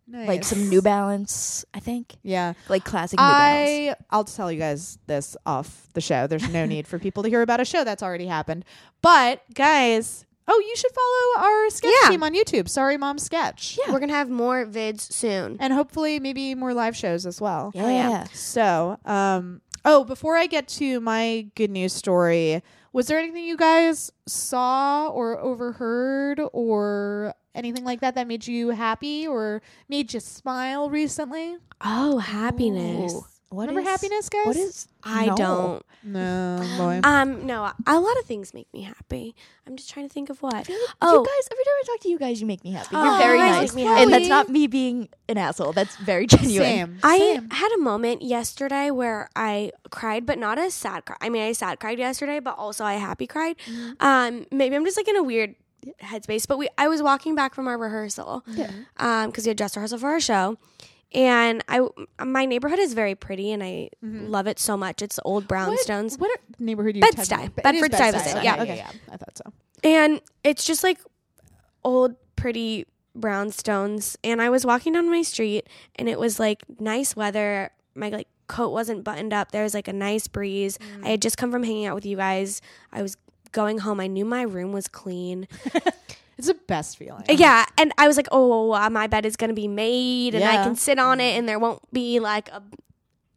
A: Nice.
B: like some New Balance. I think
A: Yeah.
B: like classic New Balance.
A: I I'll tell you guys this off the show. There's no need for people to hear about a show that's already happened. But guys, oh, you should follow our sketch
C: Yeah.
A: team on YouTube. Sorry, Mom Sketch.
C: We're gonna have more vids soon.
A: And hopefully maybe more live shows as well.
B: Yeah.
C: Uh, yeah.
A: So, um oh, before I get to my good news story, was there anything you guys saw or overheard or anything like that that made you happy or made you smile recently?
C: Oh,
B: Ooh. What
A: Remember
B: is-
A: happiness, guys?
B: What is?
C: I
B: No.
C: don't.
A: No, boy.
C: Um, no, a lot of things make me happy. I'm just trying to think of what.
B: Oh.
C: Oh,
B: You guys, every time I talk to you guys, you make me happy.
C: Oh,
B: You're very
C: you guys
B: nice,
C: make me
B: and
A: happy.
B: that's not me being an asshole. That's very genuine.
A: Same.
C: I
A: Same.
C: had a moment yesterday where I cried, but not a sad cry. I mean, I sad cried yesterday, but also I happy cried.
A: Mm-hmm.
C: Um, maybe I'm just like in a weird headspace. But we, I was walking back from our rehearsal,
B: Mm-hmm.
C: because we had dress rehearsal for our show, and I, my neighborhood is very pretty, and I love it so much. It's old Um, brownstones.
A: Mm-hmm. What, what are, neighborhood you
C: Bed-Stuy.
A: typing? It is
C: Bedford
A: Bed-Stuy.
C: Stuyvesant.
A: Okay,
C: Yeah.
A: okay, yeah. I thought so.
C: and it's just like old pretty brownstones and i was walking down my street and it was like nice weather my like coat wasn't buttoned up there was like a nice breeze
A: Mm.
C: i had just come from hanging out with you guys i was going home i knew my room was clean
A: It's the best feeling.
C: yeah and i was like oh uh, my bed is gonna be made and i
A: Yeah. Mm.
C: can sit on it and there won't be like a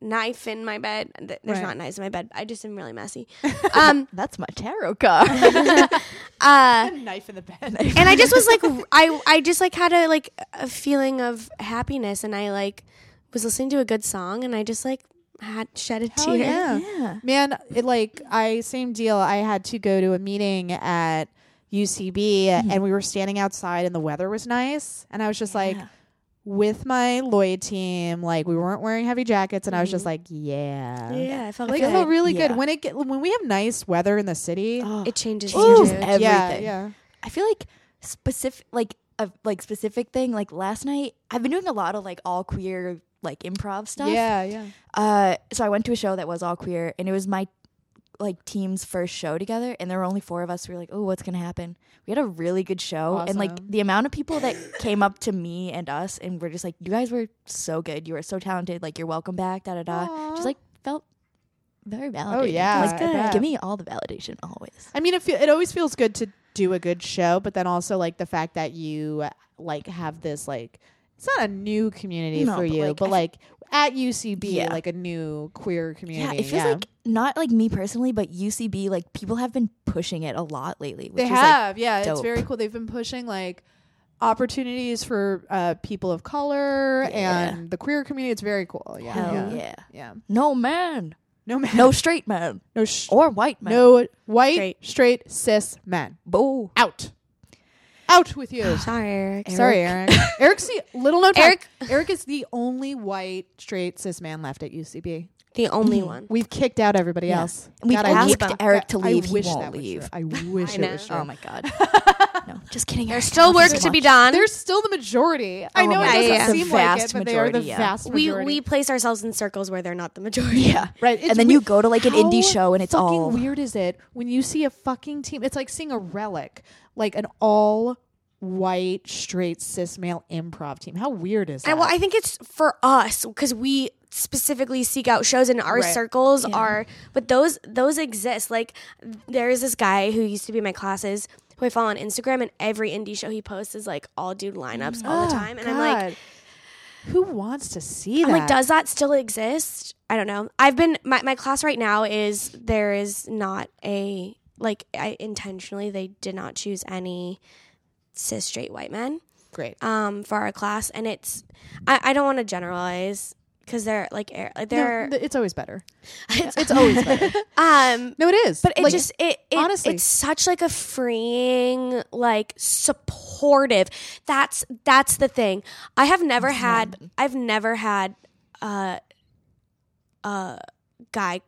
C: knife in my bed Th- there's
A: Right.
C: not knives in my bed i just am really messy um
B: That's my tarot card.
C: uh
A: A knife in the bed.
C: and I just was like, r- I I just like had a like a feeling of happiness, and I like was listening to a good song, and I just like had shed a
A: Hell
C: tear.
A: yeah.
B: yeah.
A: Man, it like I same deal. I had to go to a meeting at UCB
B: Mm-hmm.
A: and we were standing outside and the weather was nice and I was just like
B: Yeah.
A: with my Lloyd team, like we weren't wearing heavy jackets and I was
B: Mm-hmm.
A: just like, yeah.
C: Yeah, I felt
A: Like
C: good.
A: it felt really
B: Yeah.
A: good when it get, when we have nice weather in the city.
B: Oh,
C: it changes
B: Ooh.
C: you.
B: changes
C: dude.
A: yeah,
B: everything.
A: yeah.
B: I feel like specific, like a like specific thing. Like last night, I've been doing a lot of like all queer like improv stuff.
A: Yeah, yeah.
B: Uh, so I went to a show that was all queer, and it was my like team's first show together, and there were only four of us. We were like, "Oh, what's gonna happen?" We had a really good show, and
A: Awesome.
B: like the amount of people that came up to me and us, and were just like, "You guys were so good. You were so talented. Like, you're welcome back." Da da da.
A: Aw. Oh,
B: Just like felt very validated.
A: yeah,
B: Like,
A: I bet.
B: give me all the validation always.
A: I mean, it feel, it always feels good to do a good show, but then also like the fact that you like have this like it's not a new community
B: No,
A: for
B: but,
A: you,
B: like,
A: but
B: I-
A: like at UCB,
B: Yeah.
A: like a new queer
B: Yeah,
A: community.
B: it feels like not like me personally, but UCB. Like people have been pushing it a lot lately. Which
A: they
B: is, Like,
A: have, yeah, it's
B: dope.
A: very cool. They've been pushing like opportunities for uh, people of color
B: Yeah.
A: and the queer community. It's very cool. Yeah,
B: hell
A: yeah.
B: yeah.
A: Yeah.
B: No man,
A: No man,
B: no straight man,
A: no, sh-
B: or white man.
A: no white
C: Straight.
A: straight cis men.
B: Boo.
A: out. Out with you.
C: Sorry, Eric.
A: Sorry, Eric. Eric's the little known
C: Eric-
A: Eric. Eric is the only white straight cis man left at UCB.
C: The only one.
A: We've kicked out everybody
B: Yeah.
A: else.
B: And we've
A: God, I
B: asked
A: wish-
B: Eric to
A: God, I
B: leave. He
A: wish
B: won't
A: that was
B: leave.
A: true. I wish
C: I
A: it was
C: know.
A: true.
B: Oh my god. no, just kidding.
C: There's
B: Eric,
C: still
B: I love
C: work
B: you so
C: to be
B: much.
C: done.
A: They're still the majority. I
B: Oh
A: know
B: my
A: it
C: God.
A: doesn't
C: The
A: seem like
B: vast
A: it, but they are the
B: majority, yeah.
A: vast
C: we
A: majority.
C: we place ourselves in circles where they're not the majority.
B: Yeah.
A: Right, it's
B: and then
A: we-
B: you go to like an indie
A: How
B: show and it's
A: fucking
B: all
A: weird. Is it when you see a fucking team? It's like seeing a relic, like an all white straight cis male improv team. How weird is that?
C: I, well, I think it's for us because we specifically seek out shows and our
A: Right.
C: circles are, but those those exist. Like there is this guy who used to be in my classes who I follow on Instagram, and every indie show he posts is like all dude lineups all the
A: Oh,
C: time, and I'm like,
A: God. who wants to see that?
C: I'm like, does that still exist? I don't know. I've been my, my class right now is there is not a like I intentionally they did not choose any cis straight white men
A: great.
C: um for our class and it's I, I don't want to generalize because they're like air like they're
A: no, th- it's always better.
C: it's,
A: It's always better.
C: um
A: No, it is.
C: but it
A: Like,
C: just it, it
A: honestly.
C: it's such like a freeing like supportive that's that's the thing i have never had i've never had uh a guy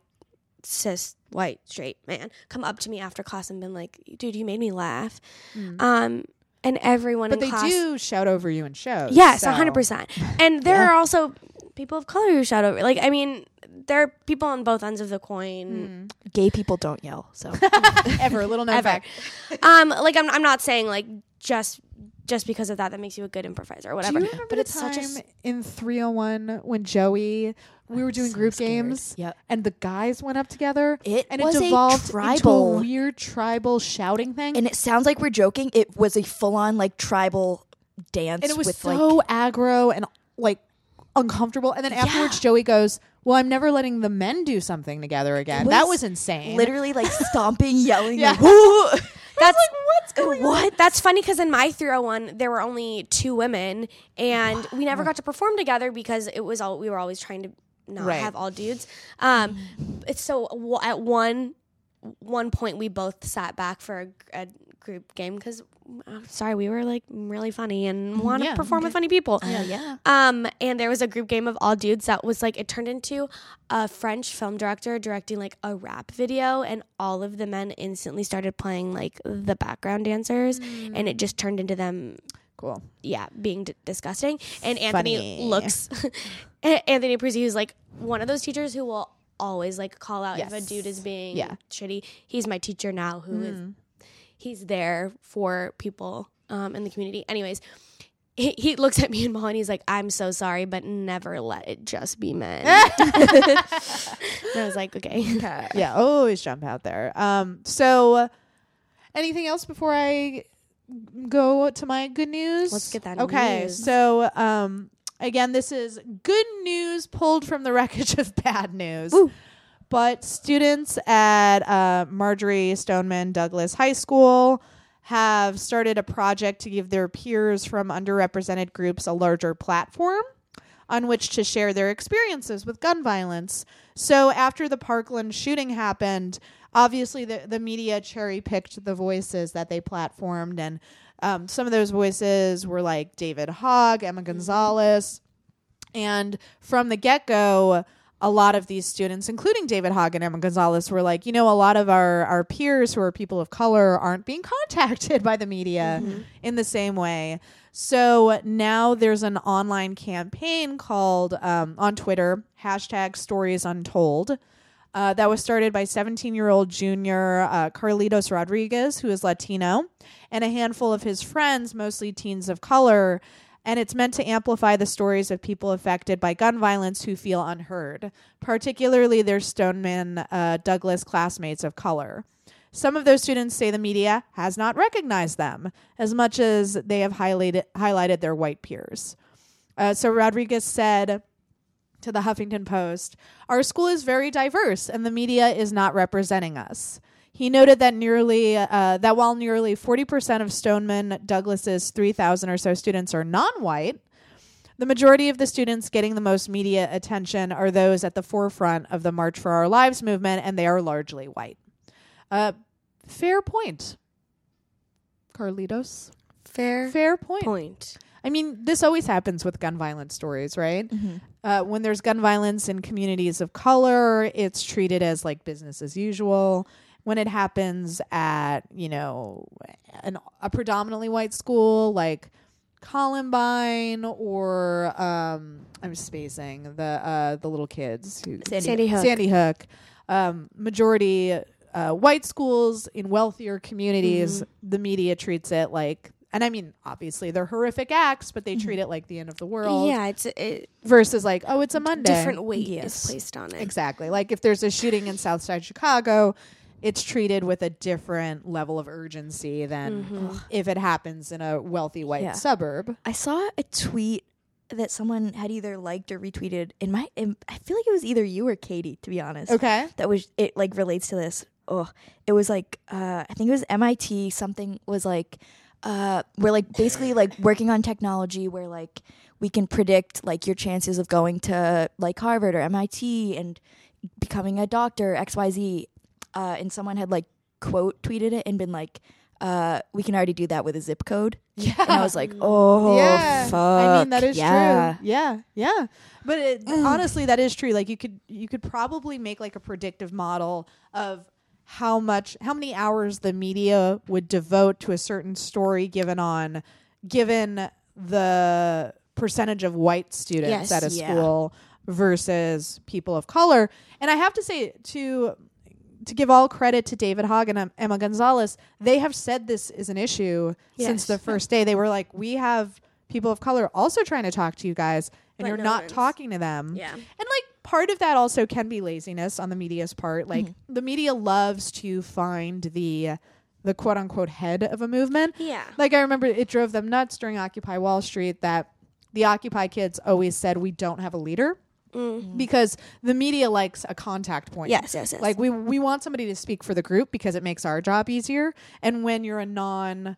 C: cis white straight man come up to me after class and been like dude you made me laugh um and everyone
A: Mm. but
C: in
A: they
C: class
A: do shout over you in shows.
C: Yes,
A: Oh, so-
C: hundred percent. And there are also people of color who shout over. Like, I mean, there are people on both ends of the coin.
B: gay people don't yell. So
A: Ever a little known
C: Ever.
A: fact.
C: Um, like I'm, I'm not saying like just just because of that that makes you a good improviser or
A: Do
C: whatever.
A: you remember
C: but
A: the
C: it's
A: time
C: such a s-
A: in 301 when Joey, we were doing
B: so
A: group
B: scared.
A: games,
B: Yep.
A: and the guys went up together,
B: It
A: and
B: was
A: it
B: a
A: devolved into
B: tribal-
A: a weird tribal shouting thing,
B: and it sounds like we're joking. It was a full on like tribal dance
A: and it was
B: with
A: so
B: like
A: aggro and like uncomfortable. And then afterwards, Joey goes, "Well, I'm never letting the men do something together again." that
B: was
A: was insane.
B: literally like stomping, yelling.
A: Yeah.
B: Like, "Woo!"
C: that's
A: what's going on?
C: what? That's funny because in my 301 there were only two women and we never got to perform together because it was all we were always trying to not
A: Right.
C: have all dudes. Um, it's so w- at one one point we both sat back for a, a group game because I'm sorry we were like really funny and want to
A: yeah,
C: perform with funny people.
B: Oh, yeah.
C: Um, and there was a group game of all dudes that was like it turned into a French film director directing like a rap video, and all of the men instantly started playing like the background dancers, and it just turned into them,
A: Cool.
C: yeah, being d- disgusting. And Anthony
A: Funny.
C: looks, Anthony Prizzi, who's like one of those teachers who will always like call out if
A: Yes.
C: a dude is being
A: Yeah. Mm-hmm.
C: shitty. He's my teacher now, who is he's there for people um, in the community. Anyways, he, he looks at me and Molly and he's like, I'm so sorry, but never let it just be men. and I was like, okay.
A: yeah, always jump out there. Um, so anything else before I go to my good news?
C: Let's get that
A: Okay,
C: news.
A: so um, again, this is good news pulled from the wreckage of bad news. But students at uh, Marjorie Stoneman Douglas High School have started a project to give their peers from underrepresented groups a larger platform on which to share their experiences with gun violence. So after the Parkland shooting happened, obviously the, the media cherry picked the voices that they platformed, and um, some of those voices were like David Hogg, Emma Gonzalez, and from the get go, a lot of these students, including David Hogg and Emma Gonzalez, were like, you know, a lot of our, our peers who are people of color aren't being contacted by the media in the same way. So now there's an online campaign called um, on Twitter, hashtag stories untold. Uh, that was started by 17 year old junior uh, Carlitos Rodriguez, who is Latino, and a handful of his friends, mostly teens of color. And it's meant to amplify the stories of people affected by gun violence who feel unheard, particularly their Stoneman uh, Douglas classmates of color. Some of those students say the media has not recognized them as much as they have highlighted, highlighted their white peers. Uh, so Rodriguez said to the Huffington Post, Our school is very diverse and the media is not representing us. He noted that nearly uh, that while nearly 40% of Stoneman Douglas's 3,000 or so students are non-white, the majority of the students getting the most media attention are those at the forefront of the March for Our Lives movement, and they are largely white. Uh, fair point, Carlitos.
C: Fair,
A: Fair point.
C: point.
A: I mean, this always happens with gun violence stories, right?
B: Mhm.
A: Uh, when there's gun violence in communities of color, it's treated as like business as usual. When it happens at, you know, an, a predominantly white school like Columbine or um, I'm spacing the uh, the little kids who,
B: Sandy
C: Sandy Hook.
A: Sandy Hook. Um, majority uh, white schools in wealthier communities,
C: Mm-hmm.
A: the media treats it like, and I mean, obviously they're horrific acts, but they treat it like the end of the world.
C: Mm-hmm. Yeah, it's it,
A: Versus like, oh, it's a Monday.
C: different weight
B: Yes.
C: is placed on it.
A: Exactly. Like if there's a shooting in Southside Chicago, it's treated with a different level of urgency than
C: Mm-hmm.
A: if it happens in a wealthy white
B: Yeah.
A: suburb.
B: I saw a tweet that someone had either liked or retweeted. And my, and I feel like it was either you or Katie, to be honest.
A: Okay.
B: That was it. Like relates to this. Oh, it was like uh, I think it was MIT. Something was like uh, we're like basically like working on technology where like we can predict like your chances of going to like Harvard or MIT and becoming a doctor X Y Z. Uh, and someone had like quote tweeted it and been like, uh, "We can already do that with a zip code."
A: Yeah.
B: and I was like, oh,
A: yeah.
B: fuck.
A: I mean, that is
B: yeah.
A: true. Yeah, yeah. But it, honestly, that is true. Like you could you could probably make like a predictive model of how much how many hours the media would devote to a certain story given on given the percentage of white students
C: Yes.
A: at a
B: Yeah.
A: school versus people of color. And I have to say to to give all credit to David Hogg and um, Emma Gonzalez, they have said this is an issue since
C: Yes.
A: the first day. They were like, we have people of color also trying to talk to you guys, and
C: But
A: you're
C: no
A: not
C: one's-
A: talking to them.
C: Yeah.
A: And like part of that also can be laziness on the media's part. Like
C: Mm-hmm.
A: the media loves to find the the quote unquote head of a movement.
C: Yeah.
A: Like I remember it drove them nuts during Occupy Wall Street that the Occupy kids always said we don't have a leader because the media likes a contact point.
C: Mm-hmm. Yes, yes, yes.
A: Like we we want somebody to speak for the group because it makes our job easier. And when you're a non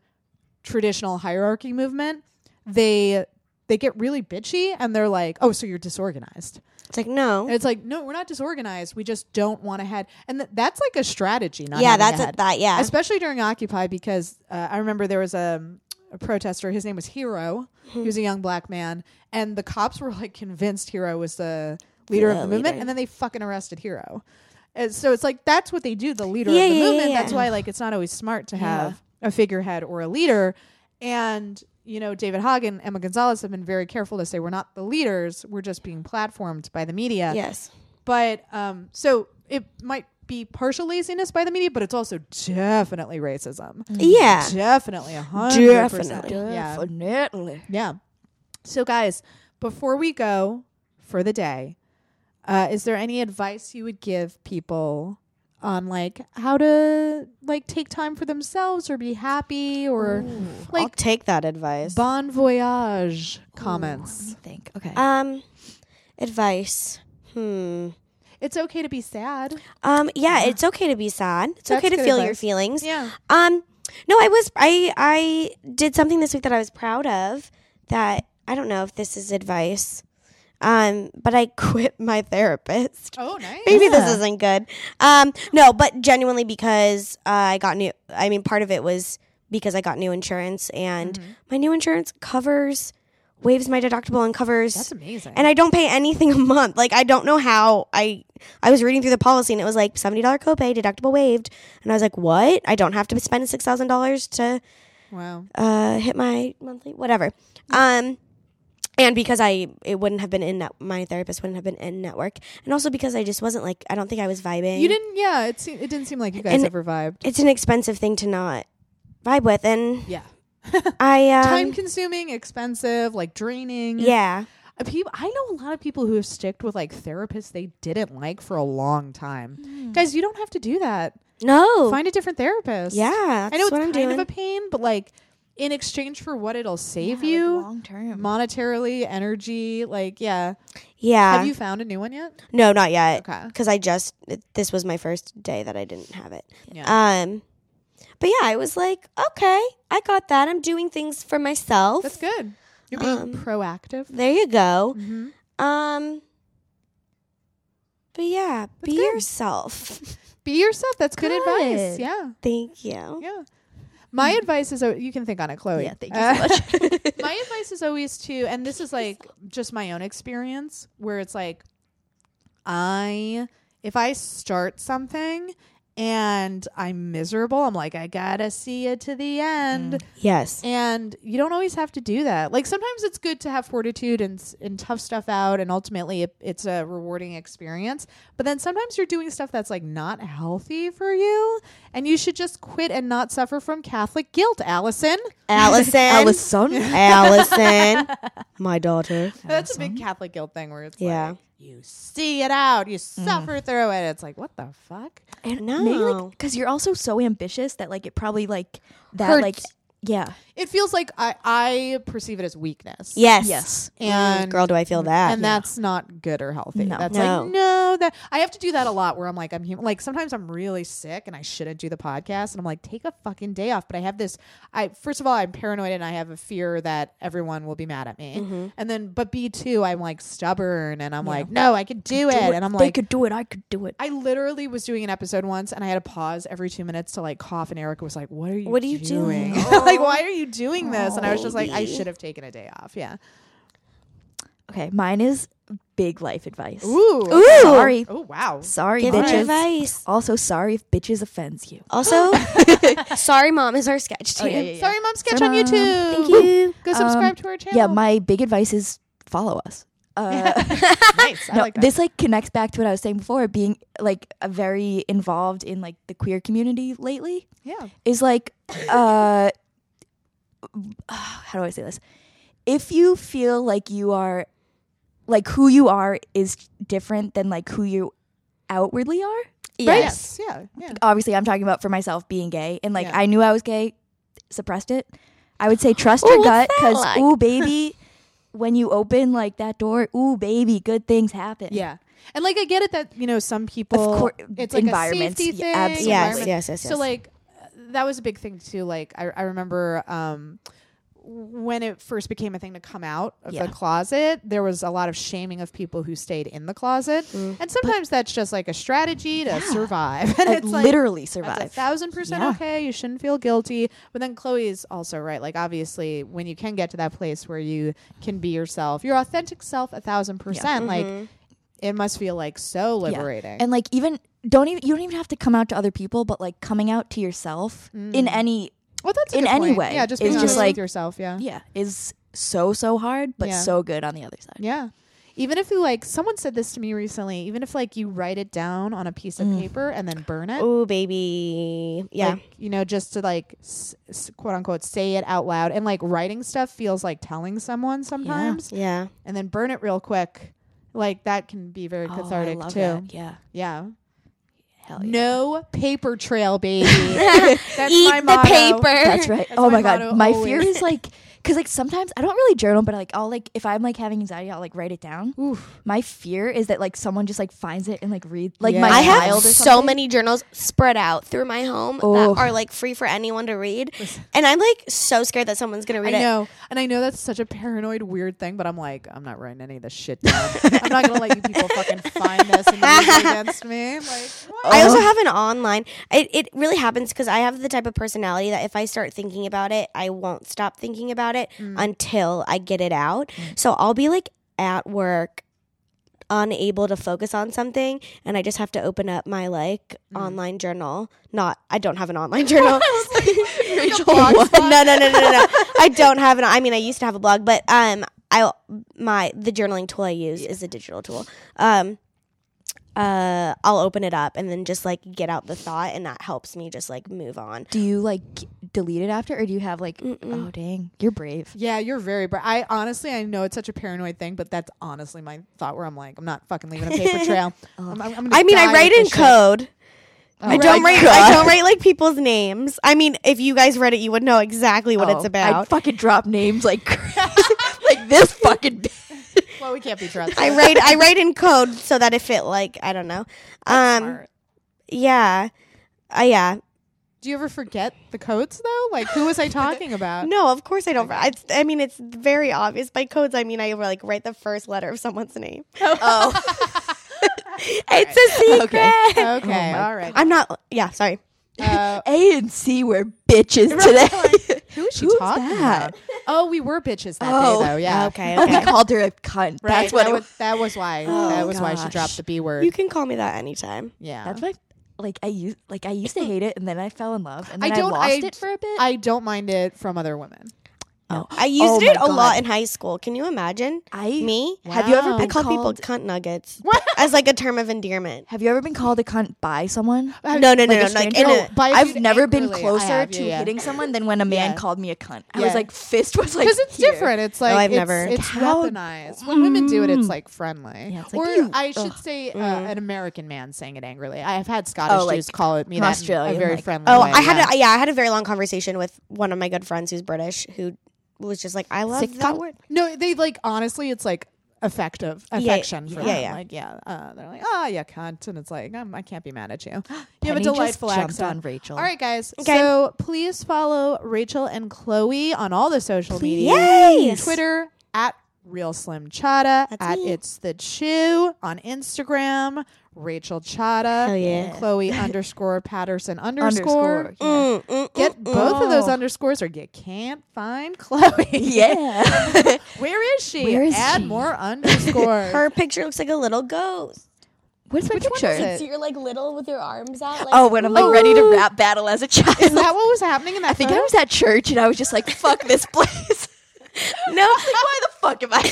A: traditional hierarchy movement, they they get really bitchy and they're like, "Oh, so you're disorganized."
C: It's like no.
A: And it's like, "No, we're not disorganized. We just don't want a head." And th- that's like a strategy, not
C: yeah,
A: having
C: that's
A: a
C: it.
A: head.
C: that. Yeah,
A: Especially during Occupy, because uh, I remember there was a, a protester. His name was Hero. He was a young black man, and the cops were like convinced Hero was the leader of the
C: The
A: movement,
C: leader.
A: and then they fucking arrested Hero. And so it's like that's what they do. The leader
C: Yeah,
A: of the
C: yeah, yeah,
A: movement.
C: yeah.
A: That's why like it's not always smart to have a figurehead or a leader. And you know, David Hogg and Emma Gonzalez have been very careful to say we're not the leaders. We're just being platformed by the media.
C: yes.
A: But um, so it might be partial laziness by the media, but it's also definitely racism.
C: Mm-hmm. Yeah.
A: Definitely a hundred percent.
C: Definitely.
A: Yeah,
B: Definitely.
A: yeah. So guys, before we go for the day, uh, is there any advice you would give people on like how to like take time for themselves or be happy or like
D: I'll take that advice.
A: bon voyage comments?
B: Let me think. Okay.
C: Um, advice. Hmm.
A: It's okay to be sad.
C: Um. Yeah, it's okay to be sad. It's
A: That's
C: okay to
A: good
C: feel your
A: advice.
C: feelings.
A: Yeah.
C: Um, no, I was I I did something this week that I was proud of that I don't know if this is advice. Um, but I quit my therapist.
A: Oh, nice.
C: Maybe
B: Yeah.
C: this isn't good. Um, no, but genuinely because uh, I got new I mean part of it was because I got new insurance and my new insurance covers waives my deductible and covers
A: That's amazing.
C: and I don't pay anything a month. Like I don't know how I I was reading through the policy and it was like seventy dollar copay, deductible waived, and I was like, what? I don't have to spend six thousand dollars to
A: wow.
C: uh, hit my monthly whatever. Um, and because I it wouldn't have been in net, my therapist wouldn't have been in network, and also because I just wasn't like I don't think I was vibing.
A: You didn't, yeah. It se- it didn't seem like you guys
C: And-
A: ever vibed.
C: It's an expensive thing to not vibe with, and
A: Yeah,
C: I um,
A: time consuming, expensive, like draining.
C: yeah.
A: people. I know a lot of people who have sticked with like therapists they didn't like for a long time.
C: Hmm.
A: Guys, you don't have to do that.
C: No.
A: Find a different therapist.
C: Oh. Yeah,
A: I know
C: that's
A: it's
C: what I'm
A: kind
C: doing.
A: of a pain, but like in exchange for what it'll save
B: Yeah, like,
A: you
B: long term.
A: monetarily, energy, like yeah.
C: Yeah.
A: Have you found a new one yet?
C: no, not yet.
A: Okay.
C: Because I just this was my first day that I didn't have it.
A: Yeah.
C: Um, but yeah, I was like, okay, I got that. I'm doing things for myself.
A: That's good. You're being
C: um,
A: proactive.
C: There you go.
A: Mm-hmm.
C: Um, but yeah,
A: That's
C: be
A: good.
C: yourself.
A: Be yourself. That's good, advice.
B: Good.
A: Yeah.
C: Thank you.
A: Yeah. My advice is oh, you can think on it, Chloe.
B: Yeah, thank you so much.
A: my advice is always to and this is like just my own experience where it's like i if i start something and i'm miserable i'm like i gotta see it to the
B: Mm.
A: end
C: Yes.
A: and you don't always have to do that like sometimes it's good to have fortitude and s- and tough stuff out and ultimately it, it's a rewarding experience but then sometimes you're doing stuff that's like not healthy for you and you should just quit and not suffer from catholic guilt allison
C: Allison.
B: Allison.
C: Allison. My daughter.
A: That's a big Catholic guilt thing where it's
C: Yeah.
A: like you see it out, you suffer through it. It's like what the fuck?
C: no.
B: Maybe
A: Oh.
B: like because you're also so ambitious that like it probably like that
A: Hurts.
B: like yeah
A: It feels like I I perceive it as weakness.
C: yes.
B: yes
A: and
C: Girl, do I feel that?
A: and that's not good or healthy.
B: No.
A: That's
C: No.
A: like no that I have to do that a lot where I'm like I'm human. Like sometimes I'm really sick and I shouldn't do the podcast and I'm like take a fucking day off. But I have this. I first of all I'm paranoid and I have a fear that everyone will be mad at me. And then but B two I'm like stubborn and I'm like no I could do, it. and I'm
B: they
A: like
B: could do it I could do it
A: I literally was doing an episode once and I had to pause every two minutes to like cough and Erica was like, What are you
E: What are you
A: doing?
E: doing?
A: like, why are you doing this? And I was just like, I should have taken a day off. Yeah.
B: okay mine is big life advice
A: Ooh.
B: sorry
A: Oh wow.
B: sorry
C: Give
B: bitches
C: her advice.
B: also sorry if bitches offends you
C: Also, sorry, mom is our sketch
A: Oh,
C: team.
A: Sorry mom sketch
B: Sorry,
A: on
B: Mom.
A: YouTube.
C: Thank you.
A: Go subscribe to our channel.
B: Um, yeah my big advice is follow us uh,
A: nice. I
B: no,
A: like that.
B: this like connects back to what I was saying before. Being like a very involved in like the queer community lately
A: yeah.
B: is like, uh, how do I say this? If you feel like you are, like who you are is different than like who you outwardly are.
A: Yes. Yeah. Yeah.
B: Obviously, I'm talking about for myself being gay, and like
A: Yeah.
B: I knew I was gay, suppressed it. I would say trust
C: Ooh,
B: your
C: what's
B: gut
C: that
B: because
C: like?
B: ooh baby, when you open like that door, ooh baby, good things happen.
A: Yeah. And like I get it that you know some people
B: cour-
A: it's like
B: environments,
A: a safety
B: yeah,
A: thing.
B: absolutely.
C: Yes,
A: environment.
C: yes, yes,
A: So
C: yes.
A: like uh, that was a big thing too. Like I, I remember um, when it first became a thing to come out of
B: Yeah.
A: the closet, there was a lot of shaming of people who stayed in the closet,
B: Mm.
A: and sometimes that's just like a strategy to survive. And
B: I
A: it's like,
B: literally
A: that's
B: survive.
A: a thousand percent
B: Yeah.
A: okay. You shouldn't feel guilty. But then Chloe's also right. Like obviously, when you can get to that place where you can be yourself, your authentic self, a thousand percent. Like it must feel like so
B: Yeah.
A: liberating.
B: And like even don't even you don't even have to come out to other people, but like coming out to yourself
A: Mm.
B: in any
A: well, that's a
B: in
A: good
B: any
A: point.
B: way,
A: Yeah, just
B: it's
A: being
B: just
A: honest with
B: like-
A: yourself. Yeah.
B: yeah is so so hard, but
A: Yeah.
B: so good on the other side.
A: Yeah. Even if you like, someone said this to me recently. Even if like you write it down on a piece
B: Mm.
A: of paper and then burn
B: Oh,
A: it,
C: Ooh, baby. Yeah.
A: like, you know, just to like s- s- quote unquote say it out loud. And like writing stuff feels like telling someone sometimes,
C: yeah.
A: and then burn it real quick. Like that can be very
B: Oh, I
A: cathartic
B: love
A: too.
B: that. Yeah.
A: Yeah.
B: Hell yeah.
A: No paper trail, baby. That's
C: Eat
A: my
C: the
A: motto.
C: paper.
B: That's right.
A: That's
B: oh
A: my
B: my god.
A: motto
B: My
A: always.
B: fear is like cuz like sometimes I don't really journal, but like I'll like if I'm like having anxiety, I'll like write it down.
A: Oof.
B: My fear is that like someone just like finds it and like read like
A: Yeah.
B: my child
C: I have
B: or
C: so
B: something.
C: many journals spread out through my home
B: Oh.
C: that are like free for anyone to read. And I'm like so scared that someone's going to read
A: I
C: it.
A: know. And I know that's such a paranoid, weird thing, but I'm like, I'm not writing any of this shit down. I'm not going to let you people fucking find this and use it against me. Like, what?
C: I
B: Oh.
C: also have an online. It, it really happens because I have the type of personality that if I start thinking about it, I won't stop thinking about it
B: Mm.
C: until I get it out. So I'll be like at work, unable to focus on something, and I just have to open up my like
B: Mm.
C: online journal. Not, I don't have an online journal. Rachel, what? no, no, no, no, no, no. I don't have an. I mean, I used to have a blog, but um, I my the journaling tool I use is a digital tool. Um, uh, I'll open it up and then just like get out the thought, and that helps me just like move on.
B: Do you like delete it after or do you have like oh dang, you're brave.
A: yeah, you're very brave. I honestly, I know it's such a paranoid thing, but that's honestly Oh my thought where I'm like, I'm not fucking leaving a paper trail. I'm, I'm gonna
C: I mean,
A: die
C: I write
A: with
C: in
A: this shit.
C: code,
A: my
C: I don't write. I
B: God.
C: don't write like people's names. I mean, if you guys read it, you would know exactly what
B: Oh,
C: it's about.
B: I'd fucking drop names like crazy. like this fucking.
A: Well, we can't be trusted.
C: I write. I write in code so that if it like I don't know. Um. Yeah. Uh, yeah.
A: Do you ever forget the codes though? Like, who was I talking about?
C: No, of course I don't. I, I mean, it's very obvious. By codes, I mean I like write the first letter of someone's name.
B: oh,
C: It's a secret.
A: Okay, Uh,
B: my
A: all right.
C: I'm not. Yeah. Sorry.
A: Uh,
B: A and C were bitches today.
A: who is she
B: Who is
A: talking
B: that?
A: about? Oh, we were bitches that
B: Oh,
A: day though. Yeah.
C: Okay.
B: oh, we
C: Okay.
B: called her a cunt.
A: Right.
B: That's what.
A: that
B: it
A: was, that was why. that was why she
B: Oh, gosh.
A: dropped the B word.
C: you can call me that anytime.
A: yeah.
B: That's my like I used like I used to hate it and then I fell in love and
A: I
B: then I,
A: don't-
B: lost
A: I-
B: it for a bit.
A: I don't mind it from other women.
C: I used
B: Oh my
C: it a
B: God.
C: lot in high school. Can you imagine?
B: I
C: me?
B: Have you ever
A: Wow.
B: been
C: I call people
B: called-
C: cunt nuggets as like a term of endearment.
B: Have you ever been called a cunt by someone?
A: Have-
C: No, no, no,
B: Like a
C: no. Like
B: stranger?
C: in
A: No,
C: a,
A: by a
B: I've
A: dude
B: never been
A: angrily, I
B: closer
A: have,
B: to
A: yeah, yeah.
B: hitting someone than when a man
A: Yeah.
B: called me a cunt. I
A: Yeah.
B: was like, fist was like,
A: because it's
B: here.
A: different. It's like
C: I've
A: it's,
C: never.
A: it's
B: How- Mm.
A: weaponized. When women do it, it's like friendly.
B: Yeah, it's like,
A: or
B: ew,
A: I should
B: ugh. Mm.
A: say uh, an American man saying it angrily. I have had Scottish
B: Oh, like,
A: Jews call it me
B: an
A: that in
B: Australian,
A: a very
B: like-
A: friendly.
C: oh,
A: way,
C: I had
A: yeah.
C: a, yeah, I had a very long conversation with one of my good friends who's British who was just like, I love
B: Sick
C: that
B: cunt.
C: word.
A: no. They like honestly, it's like affective affection for
C: yeah,
A: them.
C: yeah.
A: Like yeah, uh, they're like oh yeah, cunt, and it's like um, I can't be mad at you. You have a
B: Penny just
A: delightful
B: jumped
A: accent.
B: on Rachel.
A: All right, guys.
C: Okay.
A: So please follow Rachel and Chloe on all the social media.
C: Yay!
A: Twitter at Real Slim Chada, at
C: me.
A: It's the Chew, on Instagram, Rachel Chada,
C: Hell yeah.
A: and Chloe underscore Patterson underscore.
B: Underscore.
C: Mm, mm,
A: Get
C: mm, mm.
A: both of those
B: Oh.
A: underscores or you can't find Chloe.
B: Yeah.
A: Where is she?
B: Where is
A: Add
B: she?
A: more underscores.
C: Her picture looks like a little ghost.
B: What's my
A: Which one
B: picture?
A: is it?
C: So you're like little with your arms out. Like,
B: Oh, when I'm like ready to rap battle as a child.
A: Is that what was happening in that
B: I think I was at church and I was just like, fuck this place. no, why the fuck am I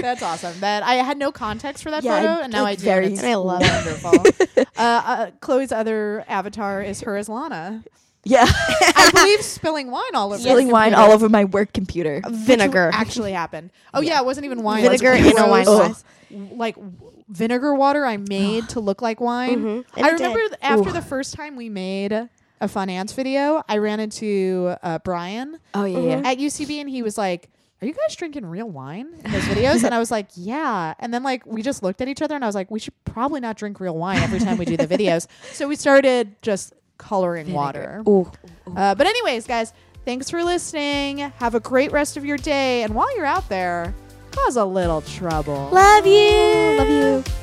A: That's awesome. That I had no context for that
B: Yeah,
A: photo,
B: I-
A: and now
B: like,
A: I do.
B: very-
A: and it's
C: And I love it.
A: wonderful. uh, uh, Chloe's other avatar is her as Lana.
B: yeah.
A: I believe spilling wine all over.
B: Spilling
A: the
B: wine
A: computer
B: all over my work computer.
C: vinegar.
A: actually happened. Oh yeah, it wasn't even wine. It was
C: Vinegar in a
A: gross,
C: wine
B: Ugh.
C: glass.
A: Like w- vinegar water I made to look like wine.
C: Mhm.
B: Mm-hmm.
C: And
A: I
C: it did.
A: remember th- after the first time we made a fun ants video, I ran into uh, Brian
B: Oh, yeah. yeah.
A: at UCB and he was like, Are you guys drinking real wine in those videos? and I was like, Yeah. And then like we just looked at each other and I was like, We should probably not drink real wine every time we do the videos. So we started just coloring water.
B: Ooh.
A: Uh, but anyways, guys, thanks for listening. Have a great rest of your day, and while you're out there, cause a little trouble.
C: Love you. Love you.